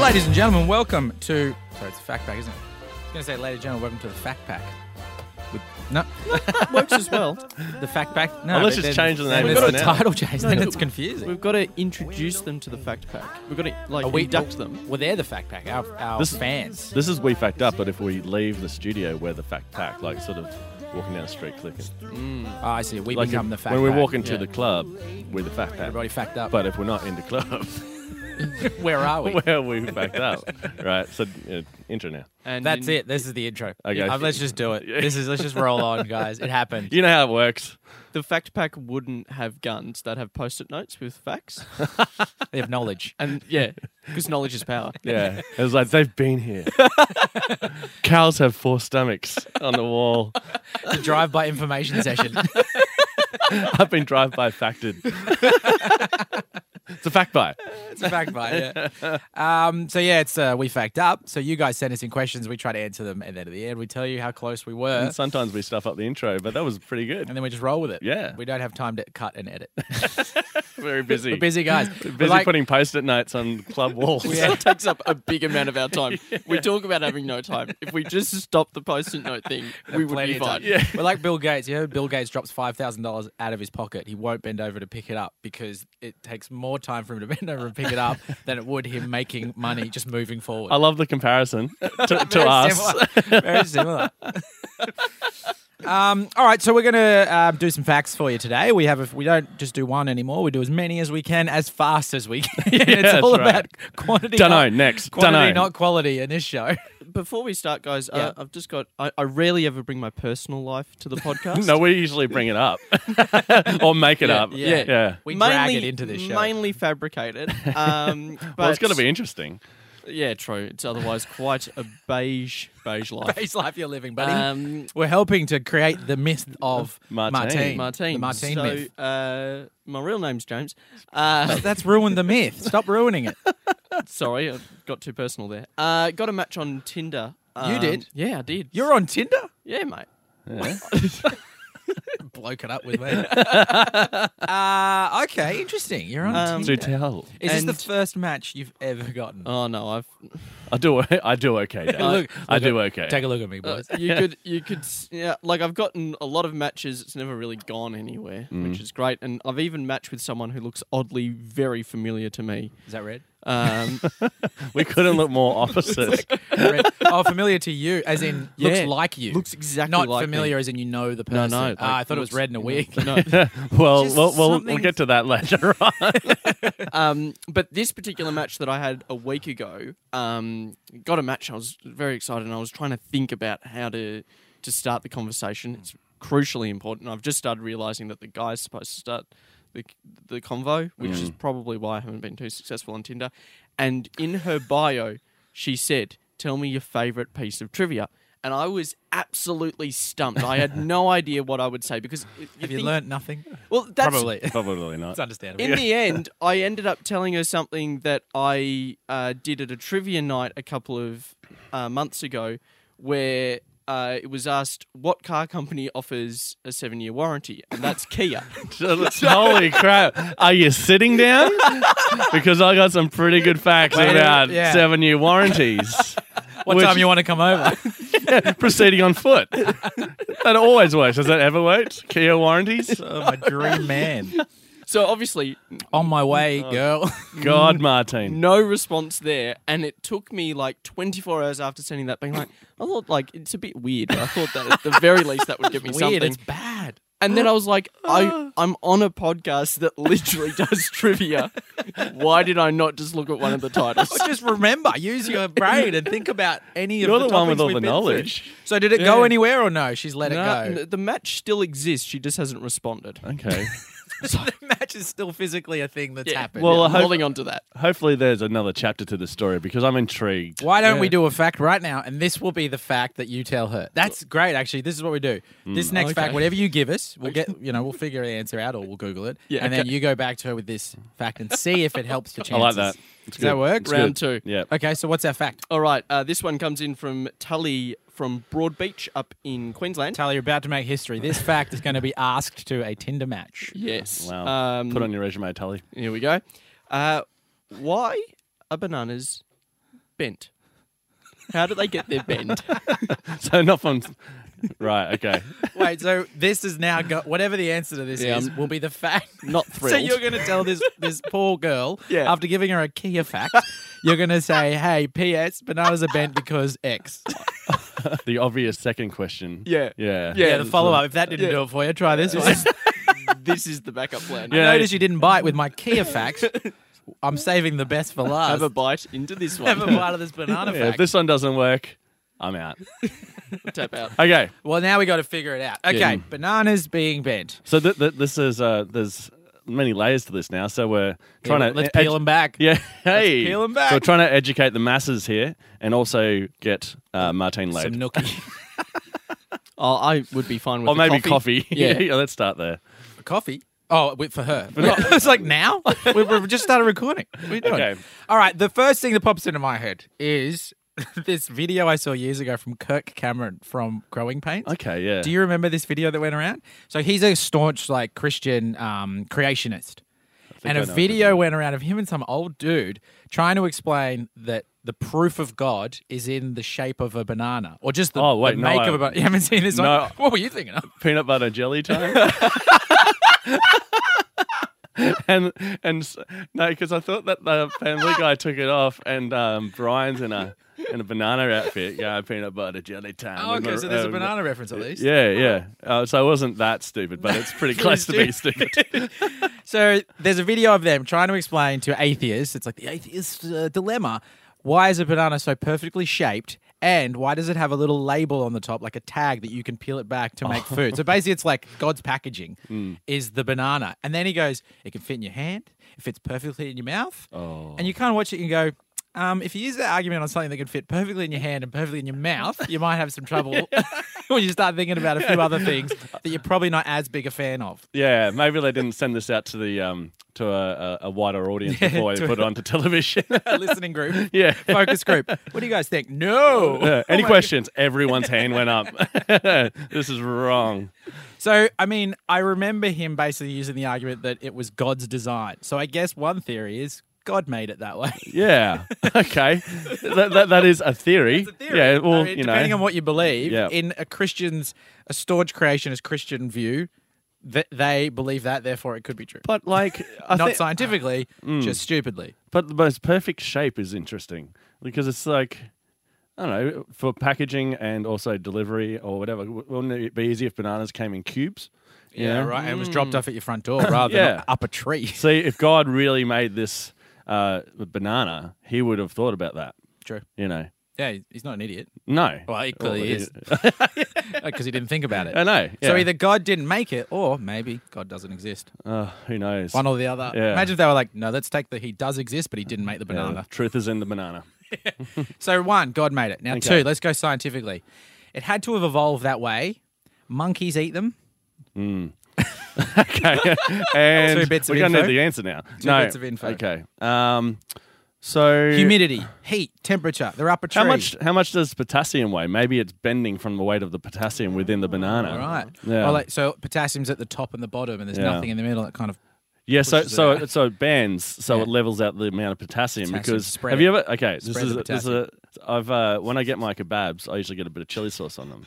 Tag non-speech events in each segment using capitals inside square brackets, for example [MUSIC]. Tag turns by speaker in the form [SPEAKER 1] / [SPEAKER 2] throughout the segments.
[SPEAKER 1] Ladies and gentlemen, welcome to. Sorry, it's a fact pack, isn't it? I was going to say, ladies and gentlemen, welcome to the fact pack. With, no,
[SPEAKER 2] works as well.
[SPEAKER 1] [LAUGHS] the fact pack. No,
[SPEAKER 3] Unless
[SPEAKER 1] but
[SPEAKER 3] it's
[SPEAKER 1] then-
[SPEAKER 3] changed the
[SPEAKER 1] then
[SPEAKER 3] name
[SPEAKER 1] It's
[SPEAKER 3] by
[SPEAKER 1] the
[SPEAKER 3] now.
[SPEAKER 1] title change. Then
[SPEAKER 2] no,
[SPEAKER 1] it's
[SPEAKER 2] but-
[SPEAKER 1] confusing.
[SPEAKER 2] We've got to introduce them to the fact pack. We've got to like
[SPEAKER 1] we-
[SPEAKER 2] induct them.
[SPEAKER 1] Well, they're the fact pack. Our, our
[SPEAKER 3] This-
[SPEAKER 1] fans.
[SPEAKER 3] This is we fact up, but if we leave the studio, we're the fact pack, like sort of walking down the street clicking.
[SPEAKER 1] Oh, I see. We
[SPEAKER 3] Like
[SPEAKER 1] become
[SPEAKER 3] if-
[SPEAKER 1] the fact
[SPEAKER 3] when we
[SPEAKER 1] pack.
[SPEAKER 3] walk into
[SPEAKER 2] yeah.
[SPEAKER 3] the club, we're the fact pack.
[SPEAKER 1] Everybody fact up.
[SPEAKER 3] But if we're not in the club,
[SPEAKER 1] [LAUGHS]
[SPEAKER 3] [LAUGHS]
[SPEAKER 1] Where are we?
[SPEAKER 3] where we fact up, right? So uh, intro now.
[SPEAKER 2] And
[SPEAKER 1] That's
[SPEAKER 2] in-
[SPEAKER 1] it. This is the intro.
[SPEAKER 3] Okay.
[SPEAKER 1] Uh, let's just do it. This is. Let's just roll on, guys. It
[SPEAKER 3] [LAUGHS]
[SPEAKER 1] happened.
[SPEAKER 3] You know how it works.
[SPEAKER 2] The fact pack wouldn't have guns that have post-it notes with facts.
[SPEAKER 1] They have knowledge.
[SPEAKER 2] And yeah, because knowledge is power. [LAUGHS]
[SPEAKER 3] Yeah, it was like they've
[SPEAKER 1] [LAUGHS]
[SPEAKER 3] been here. Cows have four stomachs on the wall.
[SPEAKER 1] It's a drive-by information
[SPEAKER 3] [LAUGHS]
[SPEAKER 1] session.
[SPEAKER 3] I've been drive by facted. it's a fact by.
[SPEAKER 1] It's a fact bite, yeah. Um, so yeah, it's uh, we fact up. So you guys send us in questions, we try to answer them, and then at the end we tell you how close we were,
[SPEAKER 3] And sometimes we stuff up the intro, but that was pretty good.
[SPEAKER 1] and then we just roll with it.
[SPEAKER 3] Yeah.
[SPEAKER 1] we don't have time to cut and
[SPEAKER 3] [LAUGHS]
[SPEAKER 1] edit.
[SPEAKER 3] Very busy.
[SPEAKER 1] We're busy guys.
[SPEAKER 3] [LAUGHS] Busy putting post-it notes on club walls.
[SPEAKER 1] Yeah.
[SPEAKER 2] That takes up a big amount of our
[SPEAKER 1] [LAUGHS]
[SPEAKER 2] time. We talk about having no time. If we just stopped the post-it note thing, we would
[SPEAKER 1] plenty
[SPEAKER 2] be
[SPEAKER 1] of time.
[SPEAKER 2] fine.
[SPEAKER 3] Yeah.
[SPEAKER 1] [LAUGHS] We're like Bill Gates. You know, Bill Gates drops five thousand dollars out of his pocket. He won't bend over to pick it up because it takes more time for him to [LAUGHS] bend over and pick it up than it would him making money just moving forward.
[SPEAKER 3] I love
[SPEAKER 1] [LAUGHS]
[SPEAKER 3] the comparison to, to
[SPEAKER 1] Very
[SPEAKER 3] us.
[SPEAKER 1] similar.
[SPEAKER 3] [LAUGHS]
[SPEAKER 1] Very similar. um, all right, so we're gonna um, do some facts for you today. We have a, we don't just do one anymore. We do as many as we can, as fast as we can. [LAUGHS] it's
[SPEAKER 3] that's
[SPEAKER 1] all
[SPEAKER 3] right.
[SPEAKER 1] about quantity.
[SPEAKER 3] Dunno,
[SPEAKER 1] not,
[SPEAKER 3] next.
[SPEAKER 1] Quantity,
[SPEAKER 3] Dunno.
[SPEAKER 1] not quality, in this show. [LAUGHS]
[SPEAKER 2] Before we start, guys,
[SPEAKER 1] Yeah.
[SPEAKER 2] uh, I've just got. I, I rarely ever bring my personal life
[SPEAKER 1] [LAUGHS]
[SPEAKER 2] to the podcast.
[SPEAKER 3] No, we usually bring it up or make it
[SPEAKER 2] Yeah,
[SPEAKER 3] up.
[SPEAKER 1] yeah.
[SPEAKER 3] yeah.
[SPEAKER 1] We drag it into this show. [LAUGHS]
[SPEAKER 2] Mainly fabricated. Um, but
[SPEAKER 3] Well, it's going to be interesting.
[SPEAKER 2] Yeah, true. It's otherwise quite a beige beige life.
[SPEAKER 1] Base life you're living, buddy.
[SPEAKER 2] Um,
[SPEAKER 1] we're helping to create the myth of
[SPEAKER 3] Martine.
[SPEAKER 1] Martine. The
[SPEAKER 2] Martine.
[SPEAKER 1] Martine
[SPEAKER 2] so,
[SPEAKER 1] myth.
[SPEAKER 2] Uh, my real name's James. Uh,
[SPEAKER 1] [LAUGHS]
[SPEAKER 2] [LAUGHS]
[SPEAKER 1] That's ruined the myth. Stop ruining it.
[SPEAKER 2] sorry, I got too personal there. Uh, got a match on Tinder. Um,
[SPEAKER 1] did?
[SPEAKER 2] Yeah, I did.
[SPEAKER 1] You're on Tinder?
[SPEAKER 2] yeah, mate.
[SPEAKER 3] Yeah.
[SPEAKER 1] Bloke it up with
[SPEAKER 3] [LAUGHS]
[SPEAKER 1] me. uh, okay, interesting. You're on
[SPEAKER 2] Um,
[SPEAKER 1] Tinder.
[SPEAKER 3] Do tell.
[SPEAKER 1] Is
[SPEAKER 2] And-
[SPEAKER 1] this the first match you've ever gotten?
[SPEAKER 2] Oh no, I've.
[SPEAKER 3] I do. I do okay. Dave.
[SPEAKER 1] Look-
[SPEAKER 3] I
[SPEAKER 1] look
[SPEAKER 3] do
[SPEAKER 1] at-
[SPEAKER 3] okay.
[SPEAKER 1] Take a look at me, boys. [LAUGHS]
[SPEAKER 2] You could, you could, s- yeah. Like I've gotten a lot of matches. It's never really gone anywhere,
[SPEAKER 1] Mm.
[SPEAKER 2] which is great. And I've even matched with someone who looks oddly very familiar to me.
[SPEAKER 1] Is that red?
[SPEAKER 2] Um,
[SPEAKER 3] we couldn't look more opposite.
[SPEAKER 1] [LAUGHS] red? Oh, familiar to you, as in looks
[SPEAKER 2] Yeah.
[SPEAKER 1] like you.
[SPEAKER 2] looks exactly
[SPEAKER 1] not
[SPEAKER 2] like me.
[SPEAKER 1] familiar, as in you know the
[SPEAKER 2] No,
[SPEAKER 1] person.
[SPEAKER 2] no. like,
[SPEAKER 1] Ah, I thought it was
[SPEAKER 2] looks-
[SPEAKER 1] red in a [LAUGHS] wig.
[SPEAKER 2] No,
[SPEAKER 3] Well,
[SPEAKER 1] Just
[SPEAKER 3] we'll, we'll, we'll
[SPEAKER 1] something-
[SPEAKER 3] get to that later [LAUGHS] on.
[SPEAKER 2] um, but this particular match that I had a week ago, um, got a match. I was very excited, and I was trying to think about how to to start the conversation. It's crucially important. I've just started realizing that the guy's supposed to start the the convo, which
[SPEAKER 1] Mm.
[SPEAKER 2] is probably why I haven't been too successful on Tinder. And in her bio, she said, "Tell me your favorite piece of trivia." And I was absolutely stumped. I
[SPEAKER 1] [LAUGHS]
[SPEAKER 2] had no idea what I would say because
[SPEAKER 1] Have you learnt nothing?
[SPEAKER 2] Well, that's
[SPEAKER 1] Probably. [LAUGHS] it's
[SPEAKER 3] Probably not.
[SPEAKER 1] understandable.
[SPEAKER 2] in the end, I ended up telling her something that I uh, did at a trivia night a couple of uh, months ago, where uh, it was asked what car company offers a seven-year warranty,
[SPEAKER 1] [LAUGHS]
[SPEAKER 2] and that's Kia.
[SPEAKER 3] Holy crap! Are you
[SPEAKER 1] [LAUGHS]
[SPEAKER 3] sitting down? Because I got some pretty good facts
[SPEAKER 1] Wait,
[SPEAKER 3] about
[SPEAKER 1] yeah.
[SPEAKER 3] seven-year warranties.
[SPEAKER 1] [LAUGHS] what
[SPEAKER 3] Which-
[SPEAKER 1] time you want to come over?
[SPEAKER 3] yeah, [LAUGHS] proceeding on foot. that always works. Has that ever worked? Kia
[SPEAKER 1] [LAUGHS]
[SPEAKER 3] warranties?
[SPEAKER 1] oh, my dream man. Oh.
[SPEAKER 2] So obviously,
[SPEAKER 1] [LAUGHS] On my way, [LAUGHS] girl.
[SPEAKER 3] God, Martin.
[SPEAKER 2] no response there, and it took me like 24 hours after sending that, being like, I thought like it's a bit weird. But I thought that at the very least that would get me
[SPEAKER 1] Weird. [LAUGHS]
[SPEAKER 2] something.
[SPEAKER 1] It's bad.
[SPEAKER 2] And then I was like,
[SPEAKER 1] [GASPS]
[SPEAKER 2] I, I'm on a podcast that literally does
[SPEAKER 1] [LAUGHS]
[SPEAKER 2] trivia. Why did I not just look at one of the titles?
[SPEAKER 1] Just remember, use [LAUGHS] your brain and think about any
[SPEAKER 3] You're
[SPEAKER 1] of the
[SPEAKER 3] the one
[SPEAKER 1] topics
[SPEAKER 3] with all
[SPEAKER 1] we've
[SPEAKER 3] the
[SPEAKER 1] been through.
[SPEAKER 3] knowledge.
[SPEAKER 1] So did it go anywhere or no? She's let
[SPEAKER 2] Nah,
[SPEAKER 1] it go.
[SPEAKER 2] n- the match still exists. She just hasn't responded.
[SPEAKER 3] Okay.
[SPEAKER 1] [LAUGHS] the match is still physically a thing that's happened.
[SPEAKER 3] Well,
[SPEAKER 2] Well,
[SPEAKER 3] I
[SPEAKER 2] I'm
[SPEAKER 3] hope-
[SPEAKER 2] holding on to that.
[SPEAKER 3] Hopefully, there's another chapter to the story because I'm intrigued.
[SPEAKER 1] Why don't we do a fact right now? And this will be the fact that you tell her. That's great, actually. This is what we do. This next fact,
[SPEAKER 2] Hmm. Okay.
[SPEAKER 1] whatever you give us, we'll get you know, we'll figure the answer out or we'll Google it.
[SPEAKER 2] Yeah,
[SPEAKER 1] and then
[SPEAKER 2] okay.
[SPEAKER 1] you go back to her with this fact and see if it helps
[SPEAKER 2] [LAUGHS]
[SPEAKER 1] the chances.
[SPEAKER 3] I like that. It's
[SPEAKER 1] Does that
[SPEAKER 3] good.
[SPEAKER 1] work?
[SPEAKER 3] It's
[SPEAKER 2] Round
[SPEAKER 3] good.
[SPEAKER 2] two.
[SPEAKER 3] Yeah.
[SPEAKER 1] Okay, so what's our fact?
[SPEAKER 2] All right. Uh, this one comes in from Tully from Broadbeach up in Queensland.
[SPEAKER 1] Tally, you're about to make history. This fact is going to be asked to a Tinder
[SPEAKER 2] [LAUGHS]
[SPEAKER 1] match.
[SPEAKER 2] Yes.
[SPEAKER 3] Wow.
[SPEAKER 2] Um,
[SPEAKER 3] Put on your resume, Tully.
[SPEAKER 2] Here we go. Uh, why are bananas bent? How do they get
[SPEAKER 3] [LAUGHS]
[SPEAKER 2] their bend?
[SPEAKER 3] [LAUGHS] So not from. Right. Okay.
[SPEAKER 1] Wait, so this is now go- whatever the answer to this
[SPEAKER 2] Yeah,
[SPEAKER 1] is
[SPEAKER 2] I'm
[SPEAKER 1] will be the fact.
[SPEAKER 2] Not
[SPEAKER 1] [LAUGHS] So
[SPEAKER 2] [LAUGHS] thrilled.
[SPEAKER 1] you're going to tell this this poor girl
[SPEAKER 2] [LAUGHS] Yeah.
[SPEAKER 1] after giving her a Kia fact, you're going to say, "Hey, P.S. Bananas are bent because X."
[SPEAKER 3] The obvious second question.
[SPEAKER 2] Yeah.
[SPEAKER 1] Yeah,
[SPEAKER 3] Yeah.
[SPEAKER 2] Yeah,
[SPEAKER 1] the
[SPEAKER 2] that's
[SPEAKER 1] follow up. If that didn't
[SPEAKER 2] Yeah.
[SPEAKER 1] do it for you, try this one.
[SPEAKER 2] this is the backup plan.
[SPEAKER 3] [LAUGHS] Yeah.
[SPEAKER 1] I noticed you didn't bite with my Kia fact. [LAUGHS] I'm saving the best for last.
[SPEAKER 2] Have a bite into this one.
[SPEAKER 1] [LAUGHS] Have a bite of this banana
[SPEAKER 3] [LAUGHS] Yeah,
[SPEAKER 1] fact.
[SPEAKER 3] if this one doesn't work, I'm out.
[SPEAKER 2] Tap out.
[SPEAKER 3] Okay.
[SPEAKER 1] Well, now we got to figure it out. Okay,
[SPEAKER 3] Yeah.
[SPEAKER 1] bananas being bent.
[SPEAKER 3] So th- th- this is uh, there's many layers to this now. So we're
[SPEAKER 1] Yeah,
[SPEAKER 3] trying to
[SPEAKER 1] let's
[SPEAKER 3] ed-
[SPEAKER 1] peel them back.
[SPEAKER 3] Yeah. Hey.
[SPEAKER 1] peel 'em back.
[SPEAKER 3] So we're trying to educate the masses here and also get uh, Martine
[SPEAKER 1] Some
[SPEAKER 3] laid. [LAUGHS]
[SPEAKER 1] nookie.
[SPEAKER 2] Oh, I would be fine with
[SPEAKER 3] or
[SPEAKER 2] the
[SPEAKER 3] maybe coffee. [LAUGHS]
[SPEAKER 2] Yeah.
[SPEAKER 3] Let's start there.
[SPEAKER 1] coffee. Oh, wait, for her. [LAUGHS] it's like
[SPEAKER 3] [LAUGHS]
[SPEAKER 1] now? we, we've just started recording. What are you doing?
[SPEAKER 3] Okay.
[SPEAKER 1] All right. The first thing that pops into my head is [LAUGHS] this video I saw years ago from Kirk Cameron from Growing Pains.
[SPEAKER 3] Okay. Yeah.
[SPEAKER 1] Do you remember this video that went around? So he's a staunch like Christian um, creationist, and
[SPEAKER 3] I
[SPEAKER 1] a
[SPEAKER 3] know what
[SPEAKER 1] video went around of him and some old dude trying to explain that the proof of God is in the shape of a banana, or just the,
[SPEAKER 3] Oh, wait,
[SPEAKER 1] the
[SPEAKER 3] no,
[SPEAKER 1] make
[SPEAKER 3] I-
[SPEAKER 1] of a banana. [LAUGHS] You haven't seen this
[SPEAKER 3] No.
[SPEAKER 1] one? What were you thinking of?
[SPEAKER 3] peanut butter jelly time. [LAUGHS] and and s- no, because I thought that the family guy took it off, and um, Brian's in a in a banana outfit. Yeah, peanut butter jelly time.
[SPEAKER 1] Oh,
[SPEAKER 3] And
[SPEAKER 1] okay,
[SPEAKER 3] the-
[SPEAKER 1] so there's a
[SPEAKER 3] um,
[SPEAKER 1] banana reference at least.
[SPEAKER 3] Yeah, yeah. Uh, so I wasn't that stupid, but
[SPEAKER 1] [LAUGHS]
[SPEAKER 3] it's pretty close to being stupid.
[SPEAKER 1] So there's a video of them trying to explain to atheists. It's like the atheist uh, dilemma. Why is a banana so perfectly shaped? And why does it have a little label on the top, like a tag that you can peel it back to make food? So basically, it's like God's packaging is the banana. And then he goes, it can fit in your hand, it fits perfectly in your mouth.
[SPEAKER 3] Oh.
[SPEAKER 1] And you kind of watch it and go, um, if you use that argument on something that can fit perfectly in your hand and perfectly in your mouth, you might have some trouble [LAUGHS] when you start thinking about a few other things that you're probably not as big a fan of.
[SPEAKER 3] Yeah, maybe they didn't send this out to the um to a, a, a wider audience before they
[SPEAKER 1] to-
[SPEAKER 3] put it onto television. [LAUGHS]
[SPEAKER 1] a listening group.
[SPEAKER 3] yeah.
[SPEAKER 1] Focus group. [LAUGHS] What do you guys think? No. [LAUGHS]
[SPEAKER 3] Yeah.
[SPEAKER 1] Oh
[SPEAKER 3] Uh, Any
[SPEAKER 1] my
[SPEAKER 3] questions? Everyone's hand went up. [LAUGHS] this is wrong.
[SPEAKER 1] God. So, I mean, I remember him basically using the argument that it was God's design. So, I guess one theory is God made it that
[SPEAKER 3] [LAUGHS]
[SPEAKER 1] way.
[SPEAKER 3] Yeah. Okay. that, that, that is a theory.
[SPEAKER 1] It's a theory.
[SPEAKER 3] Yeah. Well,
[SPEAKER 1] I mean,
[SPEAKER 3] you know.
[SPEAKER 1] depending on what you believe,
[SPEAKER 3] Yeah.
[SPEAKER 1] in a Christian's, a staunch creationist Christian view, that they believe that, therefore it could be true.
[SPEAKER 3] but like, I mm.
[SPEAKER 1] Not
[SPEAKER 3] think, [SIGHS]
[SPEAKER 1] scientifically, just stupidly.
[SPEAKER 3] but the most perfect shape is interesting because it's like. I don't know for packaging and also delivery or whatever. w- Wouldn't it be easy if bananas came in cubes? You know?
[SPEAKER 1] right. It was dropped off at your front door [LAUGHS] rather
[SPEAKER 3] Mm. Yeah.
[SPEAKER 1] than up a tree. [LAUGHS]
[SPEAKER 3] See, if God really made this uh, banana, he would have thought about that.
[SPEAKER 1] True.
[SPEAKER 3] You know,
[SPEAKER 1] Yeah, he's not an idiot.
[SPEAKER 3] no.
[SPEAKER 1] Well, he clearly
[SPEAKER 3] Well,
[SPEAKER 1] is. [LAUGHS] Because he didn't think about it.
[SPEAKER 3] I know.
[SPEAKER 1] So
[SPEAKER 3] yeah.
[SPEAKER 1] either God didn't make it, or maybe God doesn't exist.
[SPEAKER 3] Uh, who knows?
[SPEAKER 1] One or the other.
[SPEAKER 3] Yeah.
[SPEAKER 1] Imagine if they were like, no, let's take the he does exist, but he didn't make the
[SPEAKER 3] Yeah,
[SPEAKER 1] banana.
[SPEAKER 3] the truth is in
[SPEAKER 1] [LAUGHS]
[SPEAKER 3] the banana.
[SPEAKER 1] So one, God made it. Now
[SPEAKER 3] Okay.
[SPEAKER 1] two, let's go scientifically. It had to have evolved that way. Monkeys eat them.
[SPEAKER 3] Okay. [LAUGHS] and
[SPEAKER 1] Two bits of
[SPEAKER 3] we're gonna
[SPEAKER 1] info.
[SPEAKER 3] need the answer now. no.
[SPEAKER 1] bits of info.
[SPEAKER 3] Okay. Um, so
[SPEAKER 1] Humidity, heat, temperature. They're up a tree.
[SPEAKER 3] How much? How much does potassium weigh? Maybe it's bending from the weight of the potassium within the banana.
[SPEAKER 1] All right.
[SPEAKER 3] Yeah.
[SPEAKER 1] Well, like, so potassium's at the top and the bottom, and there's
[SPEAKER 3] Yeah.
[SPEAKER 1] nothing in the middle. It kind of
[SPEAKER 3] Yeah, so
[SPEAKER 1] pushes it
[SPEAKER 3] so
[SPEAKER 1] out.
[SPEAKER 3] so it bands, so
[SPEAKER 1] Yeah.
[SPEAKER 3] it levels out the amount of potassium,
[SPEAKER 1] Potassium,
[SPEAKER 3] because
[SPEAKER 1] spread
[SPEAKER 3] have you ever? Okay, this
[SPEAKER 1] Spread
[SPEAKER 3] is
[SPEAKER 1] the
[SPEAKER 3] this is a, I've uh, when I get my kebabs, I usually get a bit of chili sauce on
[SPEAKER 1] [LAUGHS]
[SPEAKER 3] them,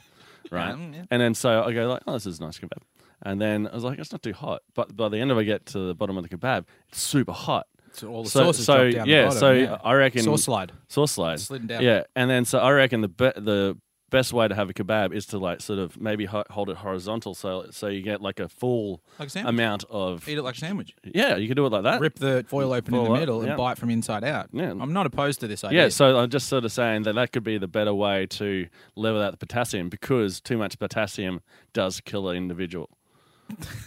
[SPEAKER 3] right?
[SPEAKER 1] Mm, yeah.
[SPEAKER 3] And then so I go like, oh, this is a nice kebab, and then I was like, it's not too hot, but by the end of I get to the bottom of the kebab, it's super hot.
[SPEAKER 1] so all the
[SPEAKER 3] So
[SPEAKER 1] sauces
[SPEAKER 3] so
[SPEAKER 1] drop down
[SPEAKER 3] yeah,
[SPEAKER 1] the bottom.
[SPEAKER 3] so
[SPEAKER 1] yeah.
[SPEAKER 3] I reckon
[SPEAKER 1] sauce slide.
[SPEAKER 3] sauce slide,
[SPEAKER 1] Slid down.
[SPEAKER 3] yeah, and then so I reckon the be- the best way to have a kebab is to like sort of maybe ho- hold it horizontal, so so you get like a full
[SPEAKER 1] Like a sandwich.
[SPEAKER 3] amount of
[SPEAKER 1] Eat it like a sandwich.
[SPEAKER 3] yeah, you can do it like that.
[SPEAKER 1] Rip the foil open in
[SPEAKER 3] Foil
[SPEAKER 1] the
[SPEAKER 3] up,
[SPEAKER 1] middle and
[SPEAKER 3] yeah.
[SPEAKER 1] bite from inside out.
[SPEAKER 3] Yeah.
[SPEAKER 1] I'm not opposed to this idea.
[SPEAKER 3] Yeah, so I'm just sort of saying that that could be the better way to level out the potassium because too much potassium does kill an individual.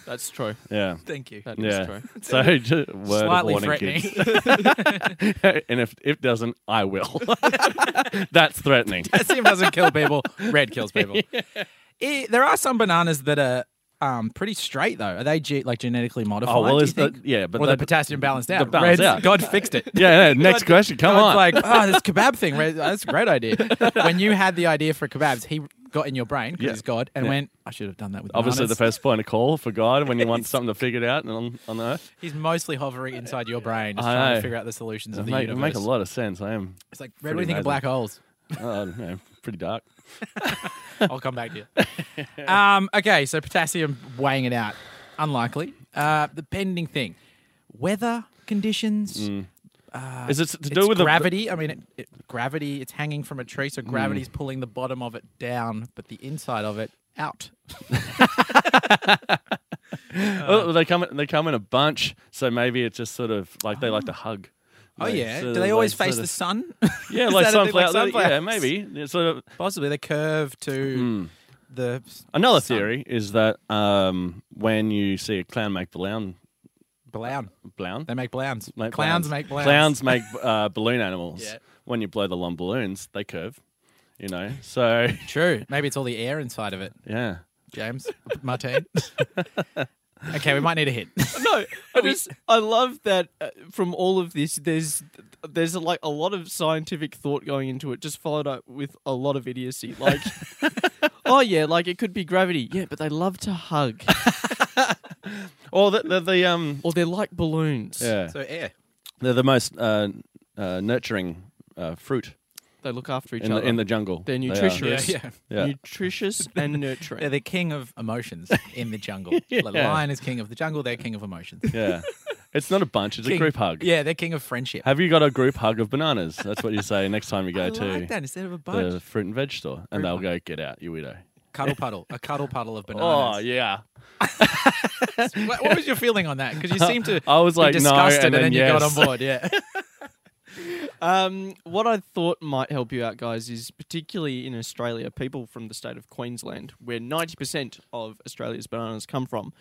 [SPEAKER 2] That's true.
[SPEAKER 1] [LAUGHS]
[SPEAKER 3] Yeah.
[SPEAKER 1] Thank you.
[SPEAKER 2] That is
[SPEAKER 3] Yeah.
[SPEAKER 2] true.
[SPEAKER 3] [LAUGHS] So just word
[SPEAKER 1] Slightly
[SPEAKER 3] of warning,
[SPEAKER 1] threatening.
[SPEAKER 3] kids. [LAUGHS] and if if doesn't,
[SPEAKER 1] [LAUGHS]
[SPEAKER 3] I will. [LAUGHS] That's threatening.
[SPEAKER 1] Potassium doesn't kill people. Red kills
[SPEAKER 3] [LAUGHS]
[SPEAKER 1] people. Eh, there are some bananas that are um, pretty straight though. Are they ge- like genetically modified?
[SPEAKER 3] Oh well,
[SPEAKER 1] do
[SPEAKER 3] is
[SPEAKER 1] you think?
[SPEAKER 3] the yeah, but
[SPEAKER 1] or the
[SPEAKER 3] that,
[SPEAKER 1] potassium balanced out?
[SPEAKER 3] balance
[SPEAKER 1] Red's-
[SPEAKER 3] out.
[SPEAKER 1] God fixed it.
[SPEAKER 3] [LAUGHS] yeah. yeah, next question. Come
[SPEAKER 1] God's
[SPEAKER 3] on. [LAUGHS]
[SPEAKER 1] like, oh, this kebab thing. Red, that's a great idea. When you had the idea for kebabs, he got in your brain because
[SPEAKER 3] Yeah.
[SPEAKER 1] he's God and
[SPEAKER 3] Yeah.
[SPEAKER 1] went, I should have done that with
[SPEAKER 3] Obviously,
[SPEAKER 1] bananas."
[SPEAKER 3] the first point of call for God when
[SPEAKER 1] [LAUGHS]
[SPEAKER 3] you want something to figure it out and on, on Earth.
[SPEAKER 1] He's mostly hovering inside your brain, just
[SPEAKER 3] I
[SPEAKER 1] trying
[SPEAKER 3] know.
[SPEAKER 1] to figure out the solutions
[SPEAKER 3] It
[SPEAKER 1] of the
[SPEAKER 3] make, it
[SPEAKER 1] universe.
[SPEAKER 3] make a lot of sense. I am
[SPEAKER 1] It's like, Red, what do you
[SPEAKER 3] Pretty
[SPEAKER 1] think of black holes?
[SPEAKER 3] uh, you know, pretty dark.
[SPEAKER 1] I'll come back to you. [LAUGHS] um, okay, so potassium weighing it out. Unlikely. Uh, the pending thing weather conditions,
[SPEAKER 3] Is it Mm. to do
[SPEAKER 1] Uh, it's
[SPEAKER 3] with Mm.
[SPEAKER 1] gravity. I mean, it, it, gravity, it's hanging from a tree, so gravity's pulling the bottom of it down, but the inside of it out.
[SPEAKER 3] The,
[SPEAKER 1] Uh-huh.
[SPEAKER 3] oh, they come in- they come in a bunch, so maybe it's just sort of like they like to hug.
[SPEAKER 1] Oh,
[SPEAKER 3] They
[SPEAKER 1] yeah.
[SPEAKER 3] sort
[SPEAKER 1] Do
[SPEAKER 3] of-
[SPEAKER 1] they always
[SPEAKER 3] sort
[SPEAKER 1] face
[SPEAKER 3] of-
[SPEAKER 1] the sun? [LAUGHS]
[SPEAKER 3] Yeah,
[SPEAKER 1] Is
[SPEAKER 3] like
[SPEAKER 1] that a thing,
[SPEAKER 3] sunflower.
[SPEAKER 1] like
[SPEAKER 3] Yeah,
[SPEAKER 1] sunflowers?
[SPEAKER 3] maybe. Mm. It's sort of
[SPEAKER 1] Possibly. They curve to the.
[SPEAKER 3] another theory is that um, when you see a clown make blown,
[SPEAKER 1] Blown.
[SPEAKER 3] blown,
[SPEAKER 1] They make blowns.
[SPEAKER 3] make
[SPEAKER 1] Clowns
[SPEAKER 3] blowns.
[SPEAKER 1] make blowns. [LAUGHS]
[SPEAKER 3] Clowns make uh, balloon animals.
[SPEAKER 1] Yeah.
[SPEAKER 3] When you blow the long balloons, they curve. You know, so [LAUGHS]
[SPEAKER 1] True. Maybe it's all the air inside of it,
[SPEAKER 3] yeah.
[SPEAKER 1] James. Martin. [LAUGHS] okay, we might need a hit.
[SPEAKER 2] no, I just I love that uh, from all of this. There's there's like a lot of scientific thought going into it, just followed up with a lot of
[SPEAKER 3] [LAUGHS]
[SPEAKER 2] idiocy. Like, oh yeah, like it could be gravity. Yeah, but they love to
[SPEAKER 3] [LAUGHS]
[SPEAKER 2] hug,
[SPEAKER 3] Or the the, the um
[SPEAKER 2] or they're like balloons.
[SPEAKER 3] yeah,
[SPEAKER 1] so, air.
[SPEAKER 3] they're the most uh, uh, nurturing uh, fruit
[SPEAKER 2] they look after each
[SPEAKER 3] in
[SPEAKER 2] other
[SPEAKER 3] the, in the jungle.
[SPEAKER 2] They're
[SPEAKER 3] They are.
[SPEAKER 1] Yeah,
[SPEAKER 2] nutritious.
[SPEAKER 1] yeah.
[SPEAKER 3] Yeah.
[SPEAKER 2] nutritious and
[SPEAKER 1] They're
[SPEAKER 3] [LAUGHS]
[SPEAKER 2] nurturing.
[SPEAKER 1] the king of emotions in the jungle. The lion is king of the jungle. They're king of emotions.
[SPEAKER 3] Yeah. It's not a bunch, it's a
[SPEAKER 1] King-
[SPEAKER 3] group hug.
[SPEAKER 1] Yeah, they're king of friendship.
[SPEAKER 3] Have you got a group hug of bananas? That's what you say next time you go
[SPEAKER 1] I
[SPEAKER 3] to
[SPEAKER 1] like that instead of a bunch.
[SPEAKER 3] the fruit and veg store. And they'll go, get out, you weirdo.
[SPEAKER 1] Cuddle puddle. A cuddle puddle of
[SPEAKER 3] [LAUGHS] Oh,
[SPEAKER 1] bananas.
[SPEAKER 3] yeah.
[SPEAKER 1] what, what was your feeling on that? Because you seemed to
[SPEAKER 3] [LAUGHS] I was
[SPEAKER 1] be
[SPEAKER 3] like, no,
[SPEAKER 1] disgusted
[SPEAKER 3] and then
[SPEAKER 1] you got on
[SPEAKER 3] yes. [LAUGHS]
[SPEAKER 1] board. Yeah.
[SPEAKER 2] [LAUGHS] Um, what I thought might help you out, guys, is particularly in Australia, people from the state of Queensland, where ninety percent of Australia's bananas come from,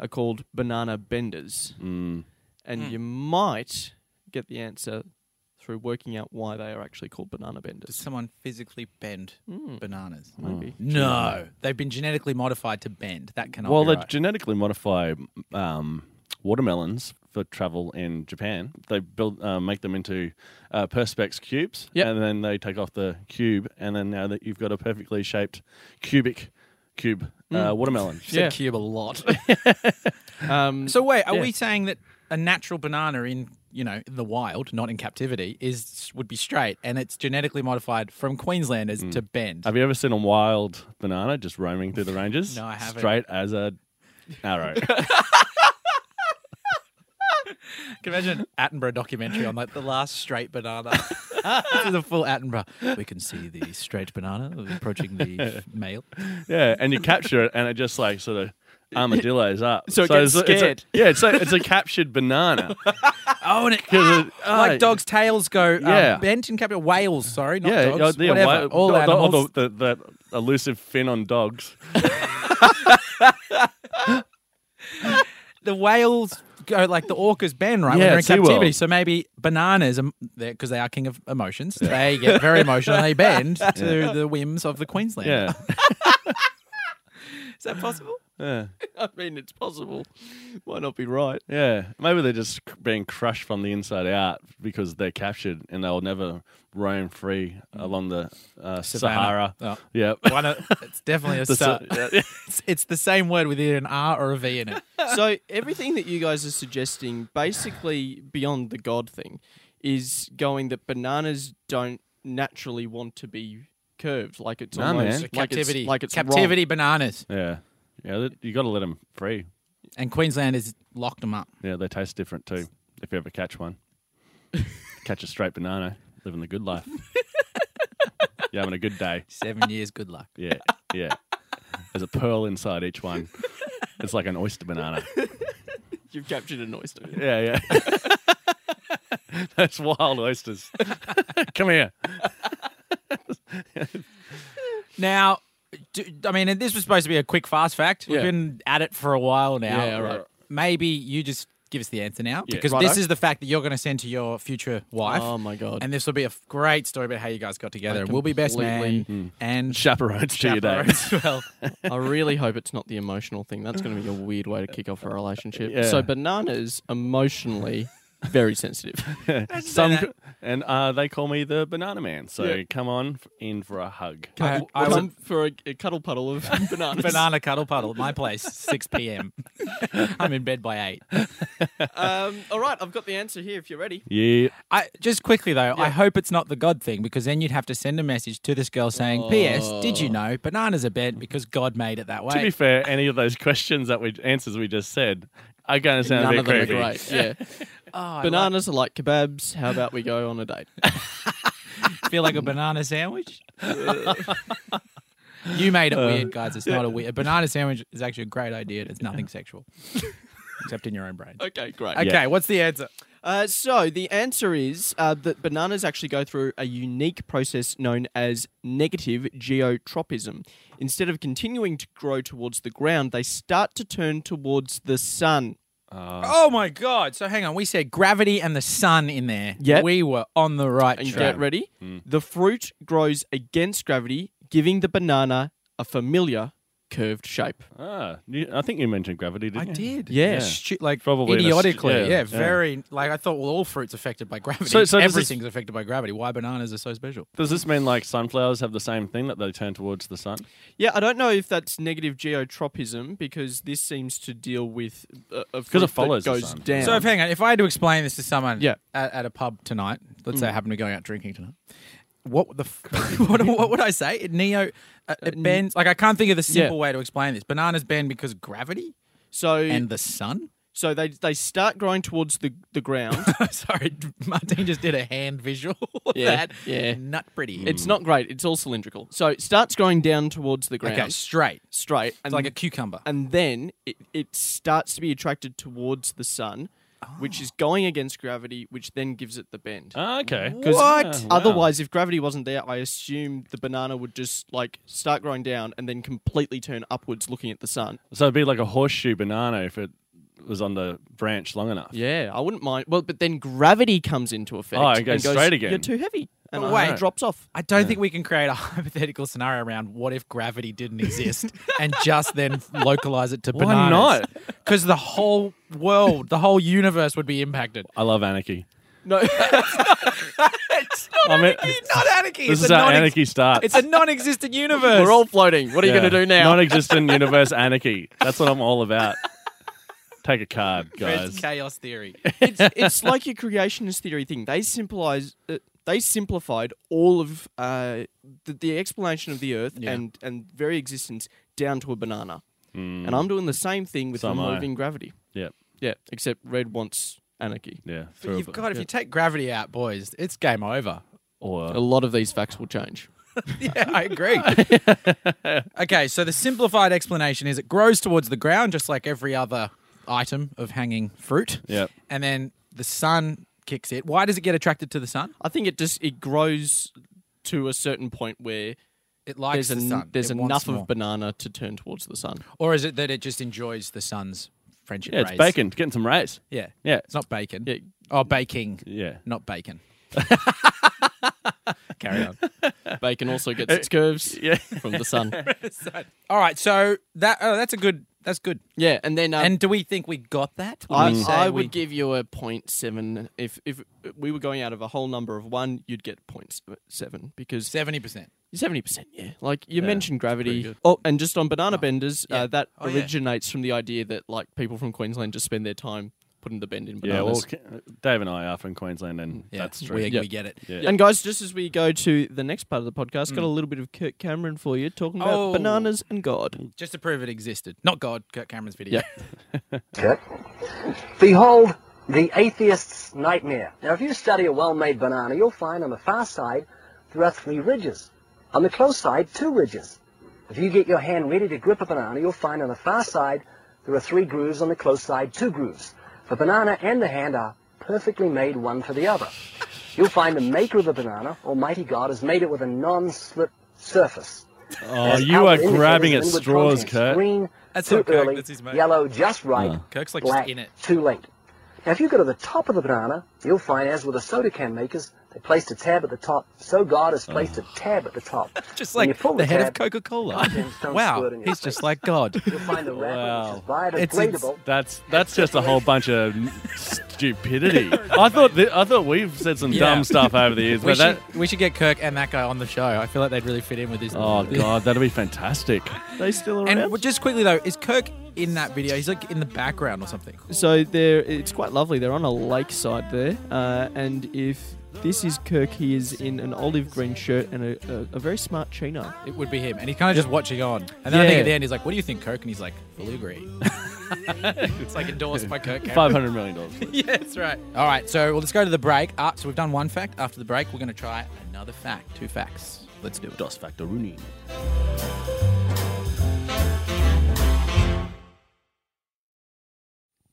[SPEAKER 2] are called banana benders,
[SPEAKER 3] Mm.
[SPEAKER 2] and you might get the answer through working out why they are actually called banana
[SPEAKER 1] Does
[SPEAKER 2] benders.
[SPEAKER 1] someone physically bend
[SPEAKER 3] Hmm.
[SPEAKER 1] bananas?
[SPEAKER 2] Maybe.
[SPEAKER 1] No. They've been genetically modified to bend. That cannot
[SPEAKER 3] Well,
[SPEAKER 1] be
[SPEAKER 3] they
[SPEAKER 1] right.
[SPEAKER 3] genetically modify um, watermelons for travel in Japan. They build, uh, make them into uh, perspex cubes,
[SPEAKER 2] Yep.
[SPEAKER 3] and then they take off the cube, and then now that you've got a perfectly shaped cubic cube
[SPEAKER 1] Mm.
[SPEAKER 3] uh, watermelon.
[SPEAKER 1] You said
[SPEAKER 2] Yeah.
[SPEAKER 1] cube a lot.
[SPEAKER 2] Um,
[SPEAKER 1] so wait, are
[SPEAKER 2] Yeah.
[SPEAKER 1] we saying that a natural banana in you know in the wild, not in captivity, is would be straight, and it's genetically modified from Queenslanders
[SPEAKER 3] Hmm.
[SPEAKER 1] to bend?
[SPEAKER 3] Have you ever seen a wild banana just roaming
[SPEAKER 1] [LAUGHS]
[SPEAKER 3] through the ranges?
[SPEAKER 1] No, I haven't.
[SPEAKER 3] Straight as a
[SPEAKER 1] [LAUGHS]
[SPEAKER 3] arrow.
[SPEAKER 1] Can you imagine Attenborough documentary on like the last straight
[SPEAKER 3] [LAUGHS]
[SPEAKER 1] banana? this is a full Attenborough. We can see the straight banana approaching
[SPEAKER 3] [LAUGHS]
[SPEAKER 1] the male.
[SPEAKER 3] yeah, and you capture it, and it just like sort of armadillos up.
[SPEAKER 2] So it gets
[SPEAKER 3] it's a- it's a-
[SPEAKER 2] scared.
[SPEAKER 3] [LAUGHS] yeah, it's a, it's a
[SPEAKER 1] [LAUGHS]
[SPEAKER 3] captured banana.
[SPEAKER 1] Oh, and it,
[SPEAKER 3] 'Cause it-
[SPEAKER 1] [GASPS] like
[SPEAKER 3] oh,
[SPEAKER 1] dogs' tails go um,
[SPEAKER 3] Yeah.
[SPEAKER 1] bent in captive whales. Sorry, not
[SPEAKER 3] Yeah,
[SPEAKER 1] dogs.
[SPEAKER 3] yeah,
[SPEAKER 1] whatever.
[SPEAKER 3] why-
[SPEAKER 1] all
[SPEAKER 3] the, the-
[SPEAKER 1] animals.
[SPEAKER 3] The, the, that elusive fin on dogs.
[SPEAKER 1] the whales go like the orcas bend right
[SPEAKER 3] Yeah,
[SPEAKER 1] when they're in
[SPEAKER 3] at SeaWorld.
[SPEAKER 1] captivity. So maybe bananas, because they are king of emotions, they get very emotional. and They bend to the whims of the Queensland.
[SPEAKER 3] Yeah,
[SPEAKER 2] [LAUGHS] is that possible?
[SPEAKER 3] yeah,
[SPEAKER 2] [LAUGHS] I mean, it's possible. Might not be right.
[SPEAKER 3] yeah. Maybe they're just being crushed from the inside out because they're captured and they'll never roam free along the uh, Sahara.
[SPEAKER 1] Mm. Savannah. Oh.
[SPEAKER 3] Yep.
[SPEAKER 1] Why not? It's definitely a
[SPEAKER 3] The sa-
[SPEAKER 1] star. [LAUGHS] It's, it's the same word with either an R or a V in it.
[SPEAKER 2] [LAUGHS] so everything that you guys are suggesting, basically beyond the God thing, is going that bananas don't naturally want to be curved. Like it's
[SPEAKER 3] Nah,
[SPEAKER 2] almost
[SPEAKER 3] man.
[SPEAKER 2] like
[SPEAKER 1] captivity,
[SPEAKER 2] It's, like it's wrong.
[SPEAKER 1] captivity bananas,
[SPEAKER 3] yeah, yeah. that- You got to let them free.
[SPEAKER 1] and Queensland has locked them up.
[SPEAKER 3] Yeah, they taste different too. If you ever
[SPEAKER 2] [LAUGHS]
[SPEAKER 3] catch one, catch a straight banana, living the
[SPEAKER 2] [LAUGHS]
[SPEAKER 3] good life. You're having a good day.
[SPEAKER 1] Seven years, good luck.
[SPEAKER 3] Yeah, yeah. There's a pearl inside each one. It's like an oyster banana.
[SPEAKER 2] You've captured an oyster.
[SPEAKER 1] [LAUGHS]
[SPEAKER 3] Yeah, [LAUGHS] yeah. That's wild oysters. [LAUGHS] Come here.
[SPEAKER 1] Now, do, I mean, and this was supposed to be a quick fast fact. We've
[SPEAKER 3] Yeah.
[SPEAKER 1] been at it for a while now.
[SPEAKER 2] Yeah, right.
[SPEAKER 1] Maybe you just give us the answer now
[SPEAKER 3] Yeah. Um,
[SPEAKER 1] because
[SPEAKER 2] Righto.
[SPEAKER 1] this is the fact that you're going to send to your future wife.
[SPEAKER 2] Oh my god.
[SPEAKER 1] And this will be a f- great story about how you guys got together. And we'll be best man
[SPEAKER 2] completely-
[SPEAKER 1] and
[SPEAKER 3] Chaperones Hmm. to your
[SPEAKER 1] chaperone
[SPEAKER 3] day.
[SPEAKER 1] as
[SPEAKER 3] [LAUGHS]
[SPEAKER 1] well.
[SPEAKER 2] I really hope it's not the emotional thing. That's going to be a weird way to kick off a relationship.
[SPEAKER 3] Yeah.
[SPEAKER 2] So bananas emotionally very sensitive.
[SPEAKER 3] Some
[SPEAKER 1] that.
[SPEAKER 3] c- and uh, they call me the banana man. So
[SPEAKER 2] Yeah.
[SPEAKER 3] come on f- in for a hug.
[SPEAKER 1] [LAUGHS] I-
[SPEAKER 2] Come
[SPEAKER 1] I was-
[SPEAKER 2] for a, a cuddle puddle of
[SPEAKER 1] [LAUGHS]
[SPEAKER 2] bananas.
[SPEAKER 1] Banana cuddle puddle at my place, 6 p.m. [LAUGHS] I'm in bed by 8.
[SPEAKER 2] Um, all right, I've got the answer here if you're ready.
[SPEAKER 3] Yeah,
[SPEAKER 1] I just quickly though, I hope it's not the God thing because then you'd have to send a message to this girl saying, "P.S. Did you know bananas are bent because God made it that way?"
[SPEAKER 3] Oh. To be fair, any of those questions that we answers we just said are going to sound
[SPEAKER 2] None
[SPEAKER 3] a
[SPEAKER 2] of
[SPEAKER 3] bit
[SPEAKER 2] them
[SPEAKER 3] creepy.
[SPEAKER 2] are great. Yeah.
[SPEAKER 1] [LAUGHS] Oh,
[SPEAKER 2] bananas are like kebabs. How about we go on a
[SPEAKER 3] [LAUGHS]
[SPEAKER 2] date?
[SPEAKER 1] Feel like a banana sandwich? you made it
[SPEAKER 3] Uh,
[SPEAKER 1] weird, guys. It's not a weird. A banana sandwich is actually a great idea. and It's nothing sexual, except in your own brain.
[SPEAKER 2] okay, great.
[SPEAKER 1] Okay, what's the answer?
[SPEAKER 2] Uh, so the answer is uh, that bananas actually go through a unique process known as negative geotropism. Instead of continuing to grow towards the ground, they start to turn towards the sun.
[SPEAKER 1] Oh my god! So hang on, we said gravity and the sun in there.
[SPEAKER 2] Yep.
[SPEAKER 1] we were on the right
[SPEAKER 2] And
[SPEAKER 1] track.
[SPEAKER 2] get ready.
[SPEAKER 3] Hmm.
[SPEAKER 2] The fruit grows against gravity, giving the banana a familiar curved shape.
[SPEAKER 3] Ah, you, I think you mentioned gravity, didn't
[SPEAKER 1] I
[SPEAKER 3] you?
[SPEAKER 1] did.
[SPEAKER 2] Yeah.
[SPEAKER 1] Stu- like
[SPEAKER 3] Probably in a stu-
[SPEAKER 1] idiotically.
[SPEAKER 3] yeah,
[SPEAKER 1] yeah,
[SPEAKER 3] yeah.
[SPEAKER 1] very. Like I thought, well, all fruit's affected by gravity.
[SPEAKER 3] So- so does this-
[SPEAKER 1] Everything's affected by gravity. Why bananas are so special?
[SPEAKER 3] Does this mean like sunflowers have the same thing that they turn towards the sun?
[SPEAKER 2] Yeah, I don't know if that's negative geotropism because this seems to deal with uh, a
[SPEAKER 3] it
[SPEAKER 2] fruit
[SPEAKER 3] follows
[SPEAKER 2] that
[SPEAKER 3] the
[SPEAKER 2] goes
[SPEAKER 3] sun.
[SPEAKER 2] down.
[SPEAKER 1] So if, hang on, if I had to explain this to someone
[SPEAKER 2] Yeah.
[SPEAKER 1] at, at a pub tonight, let's say I happen to be going out drinking tonight, Mm. what the f- [LAUGHS] what, what would I say? It neo uh, it bends. Like I can't think of the simple way to explain this. Bananas bend because gravity
[SPEAKER 2] so
[SPEAKER 1] and the sun. [LAUGHS]
[SPEAKER 2] So they they start growing towards the the ground.
[SPEAKER 1] Sorry, Martin just did a hand visual. [LAUGHS] of
[SPEAKER 2] Yeah,
[SPEAKER 1] that
[SPEAKER 2] yeah.
[SPEAKER 1] not pretty.
[SPEAKER 2] it's not great. It's all cylindrical. So it starts growing down towards the ground,
[SPEAKER 1] okay, straight. It's
[SPEAKER 2] straight, and
[SPEAKER 1] like a cucumber.
[SPEAKER 2] and then it, it starts to be attracted towards the sun, which is going against gravity, which then gives it the bend.
[SPEAKER 3] Ah, okay.
[SPEAKER 2] 'Cause
[SPEAKER 3] Ah, wow.
[SPEAKER 2] Otherwise, if gravity wasn't there, I assume the banana would just like start growing down and then completely turn upwards, looking at the sun.
[SPEAKER 3] so it'd be like a horseshoe banana if it was on the branch long enough.
[SPEAKER 2] Yeah, I wouldn't mind. Well, but then gravity comes into effect.
[SPEAKER 3] Oh, it goes
[SPEAKER 2] and
[SPEAKER 3] straight again.
[SPEAKER 2] You're too heavy, and
[SPEAKER 1] Oh,
[SPEAKER 2] it
[SPEAKER 1] wait. [LAUGHS]
[SPEAKER 2] drops off.
[SPEAKER 1] I don't think we can create a [LAUGHS] hypothetical scenario around what if gravity didn't exist and just then localize it to
[SPEAKER 3] Why
[SPEAKER 1] bananas. [LAUGHS]
[SPEAKER 3] not?
[SPEAKER 1] Because the whole world, the whole universe would be impacted.
[SPEAKER 3] I love anarchy.
[SPEAKER 2] No.
[SPEAKER 1] It's not,
[SPEAKER 3] I mean,
[SPEAKER 1] not anarchy.
[SPEAKER 3] this
[SPEAKER 1] it's
[SPEAKER 3] is
[SPEAKER 1] a
[SPEAKER 3] how
[SPEAKER 1] non-ex-
[SPEAKER 3] anarchy starts.
[SPEAKER 1] It's a non-existent universe.
[SPEAKER 2] We're all floating. What are you going to do now? [LAUGHS]
[SPEAKER 1] [LAUGHS]
[SPEAKER 3] Non-existent universe anarchy. That's what I'm all about. Take a card,
[SPEAKER 1] It's
[SPEAKER 3] guys.
[SPEAKER 1] chaos theory.
[SPEAKER 2] it's, it's like your creationist theory thing. They simplifies. Uh, they simplified all of uh, the, the explanation of the Earth
[SPEAKER 1] Yeah.
[SPEAKER 2] and and very existence down to a banana.
[SPEAKER 1] Hmm.
[SPEAKER 2] And I'm doing the same thing with
[SPEAKER 3] So am I.
[SPEAKER 2] removing gravity.
[SPEAKER 3] Yeah,
[SPEAKER 2] Yeah, except Red wants anarchy.
[SPEAKER 3] yeah.
[SPEAKER 1] But you've got if you take gravity out, boys, it's game over.
[SPEAKER 2] A
[SPEAKER 3] or
[SPEAKER 2] lot of these facts will change.
[SPEAKER 1] [LAUGHS] yeah, I
[SPEAKER 2] [LAUGHS]
[SPEAKER 1] agree. okay, so the simplified explanation is it grows towards the ground just like every other item of hanging fruit.
[SPEAKER 3] Yep.
[SPEAKER 1] And then the sun kicks it. Why does it get attracted to the sun?
[SPEAKER 2] I think it just it grows to a certain point where
[SPEAKER 1] It likes
[SPEAKER 2] there's
[SPEAKER 1] the
[SPEAKER 2] en-
[SPEAKER 1] sun.
[SPEAKER 2] there's
[SPEAKER 1] It wants
[SPEAKER 2] enough
[SPEAKER 1] more.
[SPEAKER 2] of banana to turn towards
[SPEAKER 1] [LAUGHS]
[SPEAKER 2] the sun.
[SPEAKER 1] Or is it that it just enjoys the sun's friendship
[SPEAKER 3] yeah. It's
[SPEAKER 1] rays?
[SPEAKER 3] bacon. Getting some rays.
[SPEAKER 1] Yeah.
[SPEAKER 3] Yeah,
[SPEAKER 1] It's not bacon.
[SPEAKER 2] Yeah.
[SPEAKER 1] Oh, baking.
[SPEAKER 3] yeah.
[SPEAKER 1] Not bacon.
[SPEAKER 2] [LAUGHS]
[SPEAKER 1] Carry on.
[SPEAKER 2] Bacon also gets
[SPEAKER 1] [LAUGHS]
[SPEAKER 2] its curves from the sun.
[SPEAKER 1] All right, so that oh, that's a good that's good.
[SPEAKER 2] Yeah, and then um,
[SPEAKER 1] And do we think we got that? Would
[SPEAKER 2] I,
[SPEAKER 1] we say
[SPEAKER 2] I
[SPEAKER 1] we-
[SPEAKER 2] would give you a point seven. If if we were going out of a whole number of one, you'd get point seven because
[SPEAKER 1] 70%.
[SPEAKER 2] seventy percent. Yeah, like you mentioned
[SPEAKER 3] pretty
[SPEAKER 2] gravity.
[SPEAKER 3] good.
[SPEAKER 2] Oh, and just on banana benders,
[SPEAKER 1] yeah.
[SPEAKER 2] uh, that
[SPEAKER 1] Oh, yeah.
[SPEAKER 2] originates from the idea that like people from Queensland just spend their time putting the bend in
[SPEAKER 3] Yeah, well,
[SPEAKER 2] bananas.
[SPEAKER 3] K- Dave and I are from Queensland, and
[SPEAKER 1] Yeah,
[SPEAKER 3] that's true.
[SPEAKER 1] We,
[SPEAKER 2] Yeah.
[SPEAKER 1] we get it.
[SPEAKER 3] Yeah.
[SPEAKER 2] and guys, just as we go to the next part of the podcast, got a little bit of Kirk Cameron for you talking about
[SPEAKER 1] Mm. Oh.
[SPEAKER 2] bananas and God.
[SPEAKER 1] Just to prove it existed. Not God, Kurt Cameron's video.
[SPEAKER 4] Okay. Behold the atheist's nightmare. Now, if you study a well-made banana, you'll find on the far side there are three ridges. On the close side, two ridges. If you get your hand ready to grip a banana, you'll find on the far side there are three grooves, on the close side, two grooves. The banana and the hand are perfectly made one for the other. You'll find the maker of the banana, Almighty God, has made it with a non-slip surface.
[SPEAKER 3] Oh, you are grabbing at straws, Kurt.
[SPEAKER 4] Green,
[SPEAKER 1] That's
[SPEAKER 4] too
[SPEAKER 1] not Kirk,
[SPEAKER 4] early,
[SPEAKER 1] that's his mate.
[SPEAKER 4] yellow, Oh, just right.
[SPEAKER 1] Kirk's like just
[SPEAKER 4] black,
[SPEAKER 1] in it.
[SPEAKER 4] too late. Now, if you go to the top of the banana, you'll find, as with the soda can makers, they placed a tab at the top. So God has placed a tab at the top.
[SPEAKER 1] [LAUGHS] Oh. [LAUGHS] Just
[SPEAKER 4] When you
[SPEAKER 1] like
[SPEAKER 4] pull
[SPEAKER 1] the head of
[SPEAKER 4] tab,
[SPEAKER 1] Coca Cola. [LAUGHS]
[SPEAKER 4] contents don't
[SPEAKER 1] wow,
[SPEAKER 4] squirt in your
[SPEAKER 1] he's just like
[SPEAKER 4] [LAUGHS]
[SPEAKER 1] God.
[SPEAKER 4] You'll find a wrapper
[SPEAKER 3] Wow.
[SPEAKER 4] which is biodegradable.
[SPEAKER 3] That's that's just a whole bunch of stupidity. [LAUGHS] I thought th- I thought we've said some
[SPEAKER 1] Yeah.
[SPEAKER 3] dumb stuff over the
[SPEAKER 1] [LAUGHS]
[SPEAKER 3] years,
[SPEAKER 1] We
[SPEAKER 3] but that.
[SPEAKER 1] should, we should get Kirk and that guy on the show. I feel like they'd really fit in with this.
[SPEAKER 3] Oh
[SPEAKER 1] this-
[SPEAKER 3] god, that'd be fantastic. They still around?
[SPEAKER 1] And w- just quickly though, is Kirk in that video? He's like in the background or something.
[SPEAKER 2] So they're, it's quite lovely. They're on a lakeside there, uh, and if this is Kirk, he is in an olive green shirt and a, a, a very smart chino.
[SPEAKER 1] It would be him, and he's kind of just watching on. And then I think
[SPEAKER 2] Yeah.
[SPEAKER 1] at the end he's like, "What do you think, Kirk?" And he's like, "Fully agree."
[SPEAKER 3] [LAUGHS]
[SPEAKER 1] it's like endorsed by Kirk. Cameron. [LAUGHS]
[SPEAKER 3] Five hundred million [LAUGHS] dollars.
[SPEAKER 1] yeah, that's right. All right, so well, let's go to the break. Uh, so we've done one fact. After the break, we're going to try another fact. Two facts. Let's do it.
[SPEAKER 3] Dos Factoruni.